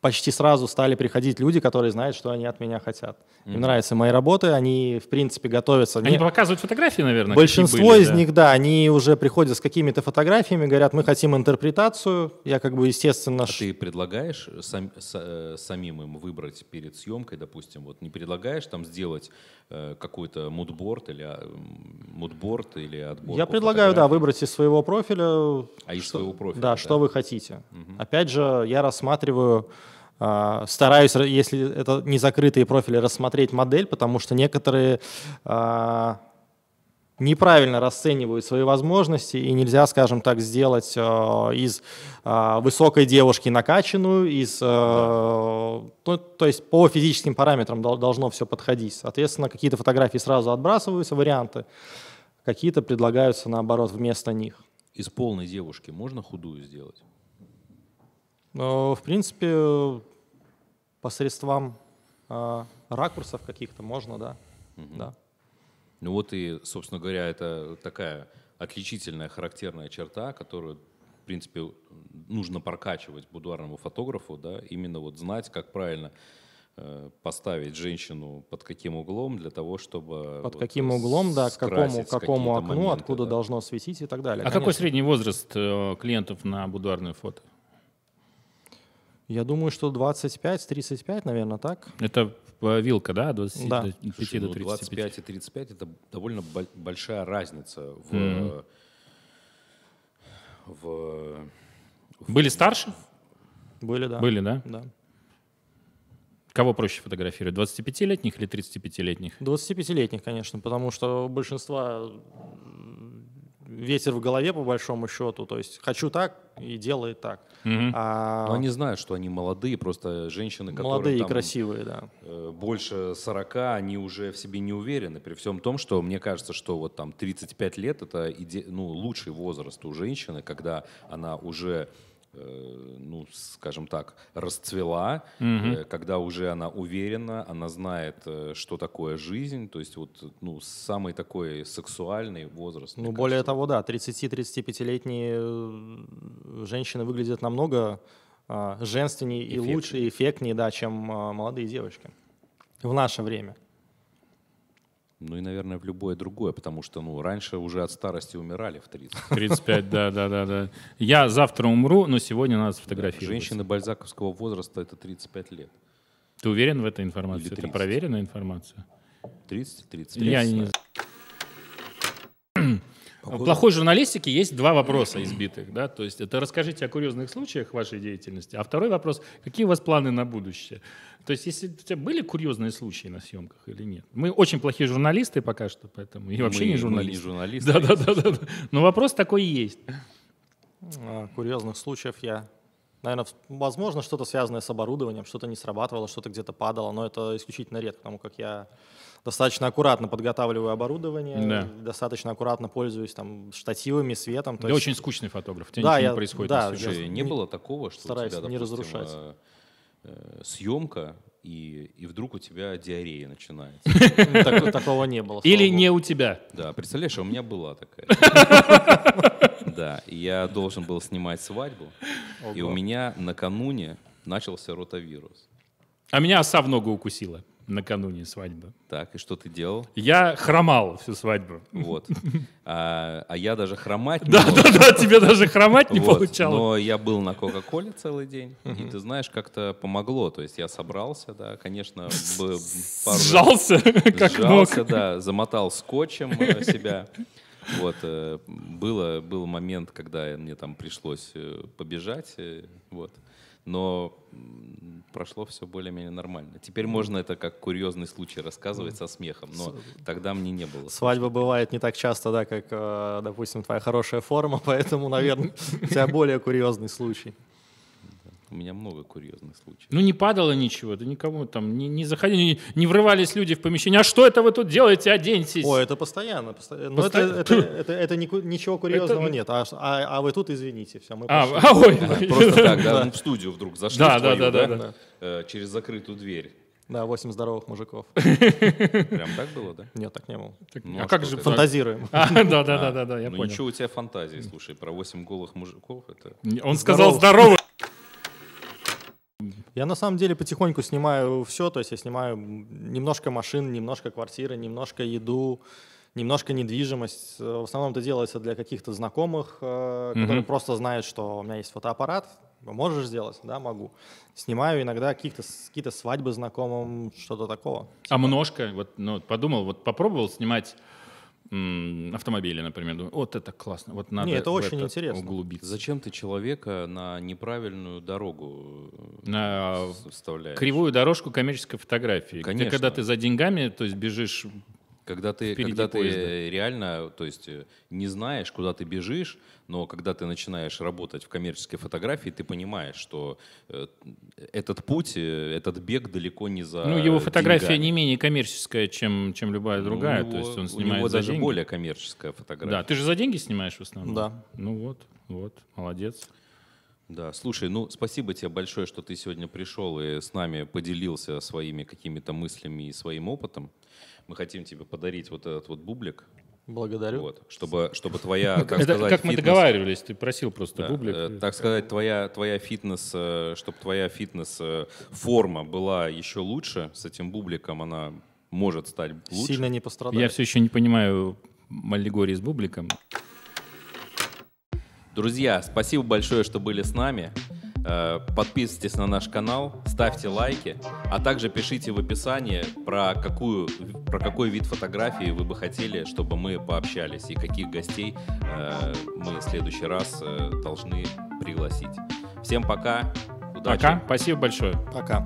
почти сразу стали приходить люди, которые знают, что они от меня хотят. Им нравятся мои работы, они, в принципе, готовятся.
Они
Не-
показывают фотографии, наверное. какие
Большинство
были,
из
да?
них, да, они уже приходят с какими-то фотографиями, говорят, мы хотим интерпретацию. Я как бы, естественно,
А
ш-
ты предлагаешь сам- са- э, самим им выбрать перед съемкой, допустим, вот не предлагаешь там сделать э, какой-то мудборд или а, м, мудборд или отбор?
я предлагаю, да, выбрать из своего профиля,
А из своего профиля?
да, что вы хотите. Опять же, я рассматриваю, а, стараюсь, ра- если это не закрытые профили, рассмотреть модель, потому что некоторые а, неправильно расценивают свои возможности, и нельзя, скажем так, сделать э, из э, высокой девушки накачанную, из, э, ну, то есть по физическим параметрам дол- должно все подходить. Соответственно, какие-то фотографии сразу отбрасываются, варианты, какие-то предлагаются, наоборот, вместо них.
Из полной девушки можно худую сделать?
Но, в принципе, э, посредством э, ракурсов каких-то можно, да. да.
Ну вот и, собственно говоря, это такая отличительная характерная черта, которую, в принципе, нужно прокачивать будуарному фотографу, да, именно вот знать, как правильно э, поставить женщину под каким углом для того, чтобы
Под
э, вот
каким углом, да, к какому,
скрасить
к какому
какие-то
окну,
моменты,
откуда
да.
должно светить и так
А
далее.
какой
конечно.
средний возраст э, клиентов на будуарное фото?
Я думаю, что 25-35, наверное, так.
Это э, вилка, да, от 20
Да.
до 5
Слушай,
до
ну,
35?
25 и 35 это довольно бо- большая разница в,
Мгм.
в
Были старше?
Были, да.
Были, да?
Да.
Кого проще фотографировать, 25-летних или 35-летних?
25-летних, конечно, потому что у большинства м, ветер в голове, по большому счету. То есть хочу так и делай так.
Мгм.
А
Хм. Но они знают, что они молодые, просто женщины, которые
молодые и
там,
красивые, да.
э, больше 40, они уже в себе не уверены, при всем том, что мне кажется, что вот там 35 лет это иде- ну, лучший возраст у женщины, когда она уже э, ну, скажем так, расцвела, э, когда уже она уверена, она знает, э, что такое жизнь, то есть вот, э, ну, самый такой сексуальный возраст. мне
Ну, более
кажется.
того, да, 30-35-летние э, женщины выглядят намного а, женственнее и
Эффектнее.
лучше, и эффектнее, да, чем а, молодые девочки в наше время.
Ну и, наверное, в любое другое, потому что, ну, раньше уже от старости умирали в 30.
35, да, да, да, да. Я завтра умру, но сегодня надо сфотографировать.
Женщины бальзаковского возраста это 35 лет.
Ты уверен в этой информации?
Или
Это
30.
проверенная информация?
30, 35.
Я не... В плохой журналистике есть два вопроса избитых, да, то есть это расскажите о курьезных случаях вашей деятельности, а второй вопрос, какие у вас планы на будущее? То есть если у тебя были курьезные случаи на съемках или нет? Мы очень плохие журналисты пока что, поэтому и вообще
Мы-
не
мы
журналисты.
не журналисты.
Да, да, да, да. Но вопрос такой и есть.
А, Курьезных случаев я... Наверное, возможно, что-то связанное с оборудованием, что-то не срабатывало, что-то где-то падало, но это исключительно редко, потому как я достаточно аккуратно подготавливаю оборудование,
Да.
достаточно аккуратно пользуюсь там штативами, светом. то
Ты
есть-
очень скучный фотограф, у тебя
Да,
ничего не
я-
происходит
да,
на
Слушай,
сюжете.
я-
не
не-
было такого, что
стараюсь
у тебя,
не
допустим,
разрушать.
э, э, съемка, и, и вдруг у тебя диарея начинается.
Ну, так- Такого не было.
Или
слава богу.
не у тебя.
Да, представляешь, а у меня была такая. Да, и я должен был снимать свадьбу, и у
Ого.
меня накануне начался ротавирус.
А меня оса в ногу укусила накануне свадьбы.
Так, и что ты делал?
Я хромал всю свадьбу.
Вот. А, а я даже хромать не
Да,
мог.
да, да, тебе даже хромать не
Вот.
получалось.
Но я был на Кока-Коле целый день, и ты знаешь, как-то помогло. То есть я собрался, да, конечно, б- пару раз
Сжался, как мог.
сжался, да, замотал скотчем э, себя. Вот, э, было, был момент, когда мне там пришлось э, побежать, э, вот. Но м, прошло все более-менее нормально. Теперь можно это как курьезный случай рассказывать со смехом, но тогда мне не было.
Свадьба бывает не так часто, да, как, э, допустим, твоя хорошая форма, поэтому, наверное, у тебя более курьезный случай.
У меня много курьезных случаев.
Ну не падало ничего, да никому там не, не заходили, не, не врывались люди в помещение. А что это вы тут делаете? Оденьтесь.
Ой, это постоянно. постоянно. Но
Постоя-
это, это- это- это нику- ничего курьезного
Это-
нет. А, ш- а- а вы тут, извините, все, мы
а,
пошли.
а, ой.
Просто так, да, ну, в студию вдруг зашли
Да, да,
твою,
да, да,
да.
э, через закрытую дверь.
Да, восемь здоровых мужиков.
Прям так было, да?
Нет, так не было.
Так,
Ну,
а
а
как же
что ты?
так?
Фантазируем.
А, Да, да, да, да, да, я
ну,
понял.
Ничего у тебя фантазии, слушай, про 8 голых мужиков это...
Он сказал здорово.
Я на самом деле потихоньку снимаю все, то есть я снимаю м, немножко машин, немножко квартиры, немножко еду, немножко недвижимость. Э, В основном это делается для каких-то знакомых, э, которые
Мгм.
просто знают, что у меня есть фотоаппарат, можешь сделать, да, могу. Снимаю иногда каких-то с- какие-то свадьбы знакомым, что-то такого.
А множко, вот, ну, вот подумал, вот попробовал снимать м, автомобили, например, думаю, вот это классно, вот надо
Не, это
в
очень интересно.
углубиться.
Зачем ты человека на неправильную дорогу э,
На а, э,
с- вставляешь?
кривую дорожку коммерческой фотографии. где
Конечно.
когда ты за деньгами, то есть бежишь,
Когда ты,
впереди
когда ты
поезда.
э, реально, то есть э, не знаешь, куда ты бежишь, но когда ты начинаешь работать в коммерческой фотографии, ты понимаешь, что э, этот путь, э, этот бег далеко не за
ну, его фотография
деньгами.
не менее коммерческая, чем, чем любая
Ну, у
другая, то
него-
есть он
У
снимает
него
за
даже
деньги.
более коммерческая фотография.
Да, ты же за деньги снимаешь в основном.
Да.
Ну вот, вот, молодец.
Да, слушай, ну спасибо тебе большое, что ты сегодня пришел и с нами поделился своими какими-то мыслями и своим опытом. Мы хотим тебе подарить вот этот вот бублик,
Благодарю.
вот, чтобы, чтобы твоя, как
Это
сказать,
как мы
фитнес-
договаривались, ты просил
Да,
просто
э,
бублик.
так сказать, твоя, твоя фитнес, чтобы твоя фитнес-форма была еще лучше, с этим бубликом она может стать лучше.
Сильно не пострадал.
Я все еще не понимаю аллегории с бубликом.
Друзья, спасибо большое, что были с нами. Э, Подписывайтесь на наш канал, ставьте лайки, а также пишите в описании, про, какую, про какой вид фотографии вы бы хотели, чтобы мы пообщались, и каких гостей э, мы в следующий раз э, должны пригласить. Всем пока, удачи!
Пока, спасибо большое.
Пока.